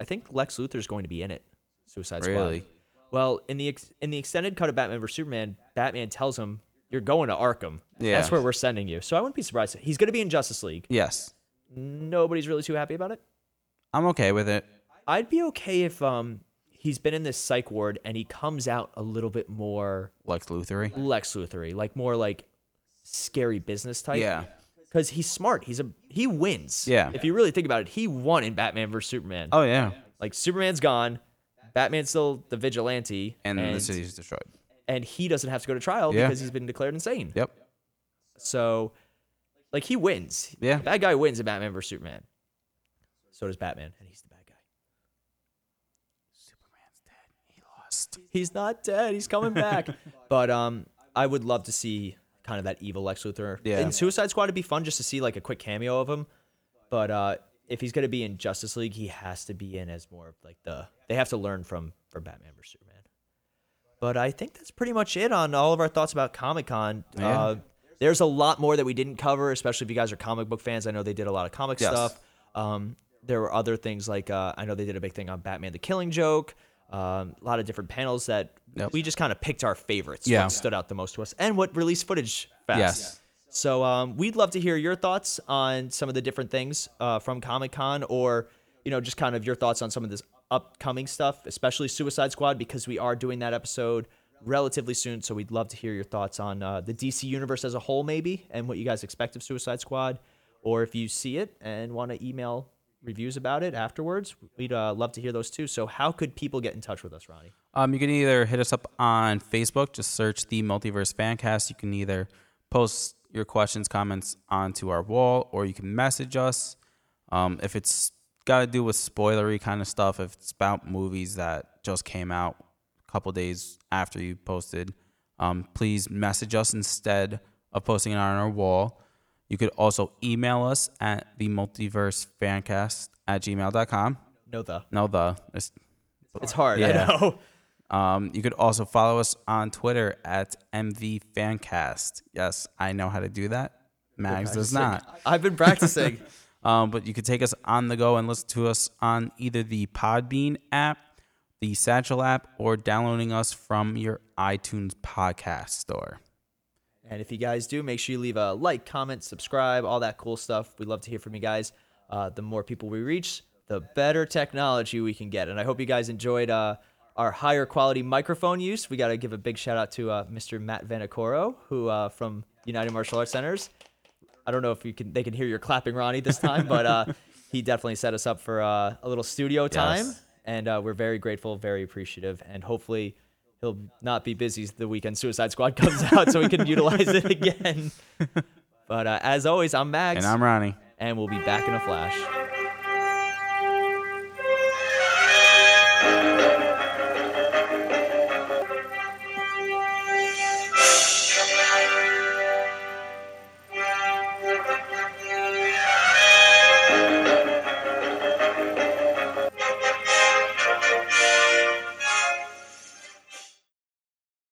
I think Lex Luthor's going to be in it. Suicide Squad. Really? Well, in the ex- in the extended cut of Batman vs Superman, Batman tells him, "You're going to Arkham. Yeah. That's where we're sending you." So I wouldn't be surprised. He's going to be in Justice League. Yes, Nobody's really too happy about it. I'm okay with it. I'd be okay if um he's been in this psych ward and he comes out a little bit more Lex Luthor. Lex Luthor, like more like scary business type. Yeah. Because he's smart. He's a he wins. Yeah. If you really think about it, he won in Batman versus Superman. Oh yeah, Like Superman's gone, Batman's still the vigilante, and, the city's destroyed. and he doesn't have to go to trial Yeah. because he's been declared insane. Yep. So, like he wins. Yeah. The bad guy wins in Batman versus Superman. So does Batman, and he's the bad guy. Superman's dead. He lost. He's not dead. He's coming <laughs> back. but um, I would love to see kind of that evil Lex Luthor. Yeah. In Suicide Squad, it'd be fun just to see like a quick cameo of him. But uh, if he's gonna be in Justice League, he has to be in as more of like the they have to learn from from Batman versus Superman. But I think that's pretty much it on all of our thoughts about Comic Con. Yeah. Uh, there's a lot more that we didn't cover, especially if you guys are comic book fans. I know they did a lot of comic Yes. stuff. Um, there were other things like uh, I know they did a big thing on Batman: The Killing Joke. Um, a lot of different panels that Yep. we just kind of picked our favorites, Yeah. what stood out the most to us, and what released footage fast. Yes. So um, we'd love to hear your thoughts on some of the different things uh, from Comic Con, or you know, just kind of your thoughts on some of this upcoming stuff, especially Suicide Squad, because we are doing that episode relatively soon. So we'd love to hear your thoughts on uh, the DC universe as a whole, maybe, and what you guys expect of Suicide Squad, or if you see it and want to email reviews about it afterwards, we'd uh, love to hear those too. So how could people get in touch with us, Ronnie? Um, you can either hit us up on Facebook, just search the Multiverse Fancast. You can either post your questions, comments onto our wall, or you can message us. Um, if it's got to do with spoilery kind of stuff, if it's about movies that just came out a couple days after you posted, um, please message us instead of posting it on our wall. You could also email us at the multiverse fancast at gmail.com. No, the No, the. It's, it's hard. I Yeah. know. <laughs> um, you could also follow us on Twitter at MVFancast. Yes, I know how to do that. Mags does not. I've been practicing. Um, but you could take us on the go and listen to us on either the Podbean app, the Satchel app, or downloading us from your iTunes podcast store. And if you guys do, make sure you leave a like, comment, subscribe, all that cool stuff. We'd love to hear from you guys. Uh, the more people we reach, the better technology we can get. And I hope you guys enjoyed uh, our higher quality microphone use. We got to give a big shout out to uh, Mr. Matt Vanicoro, who uh, from United Martial Arts Centers. I don't know if you can they can hear your clapping, Ronnie, this time, but <laughs> uh, he definitely set us up for uh, a little studio time, and uh, we're very grateful, very appreciative, and hopefully he'll not be busy the weekend Suicide Squad <laughs> comes out, so we can utilize it <laughs> again. But uh, as always, I'm Max, And I'm Ronnie. and we'll be back in a flash.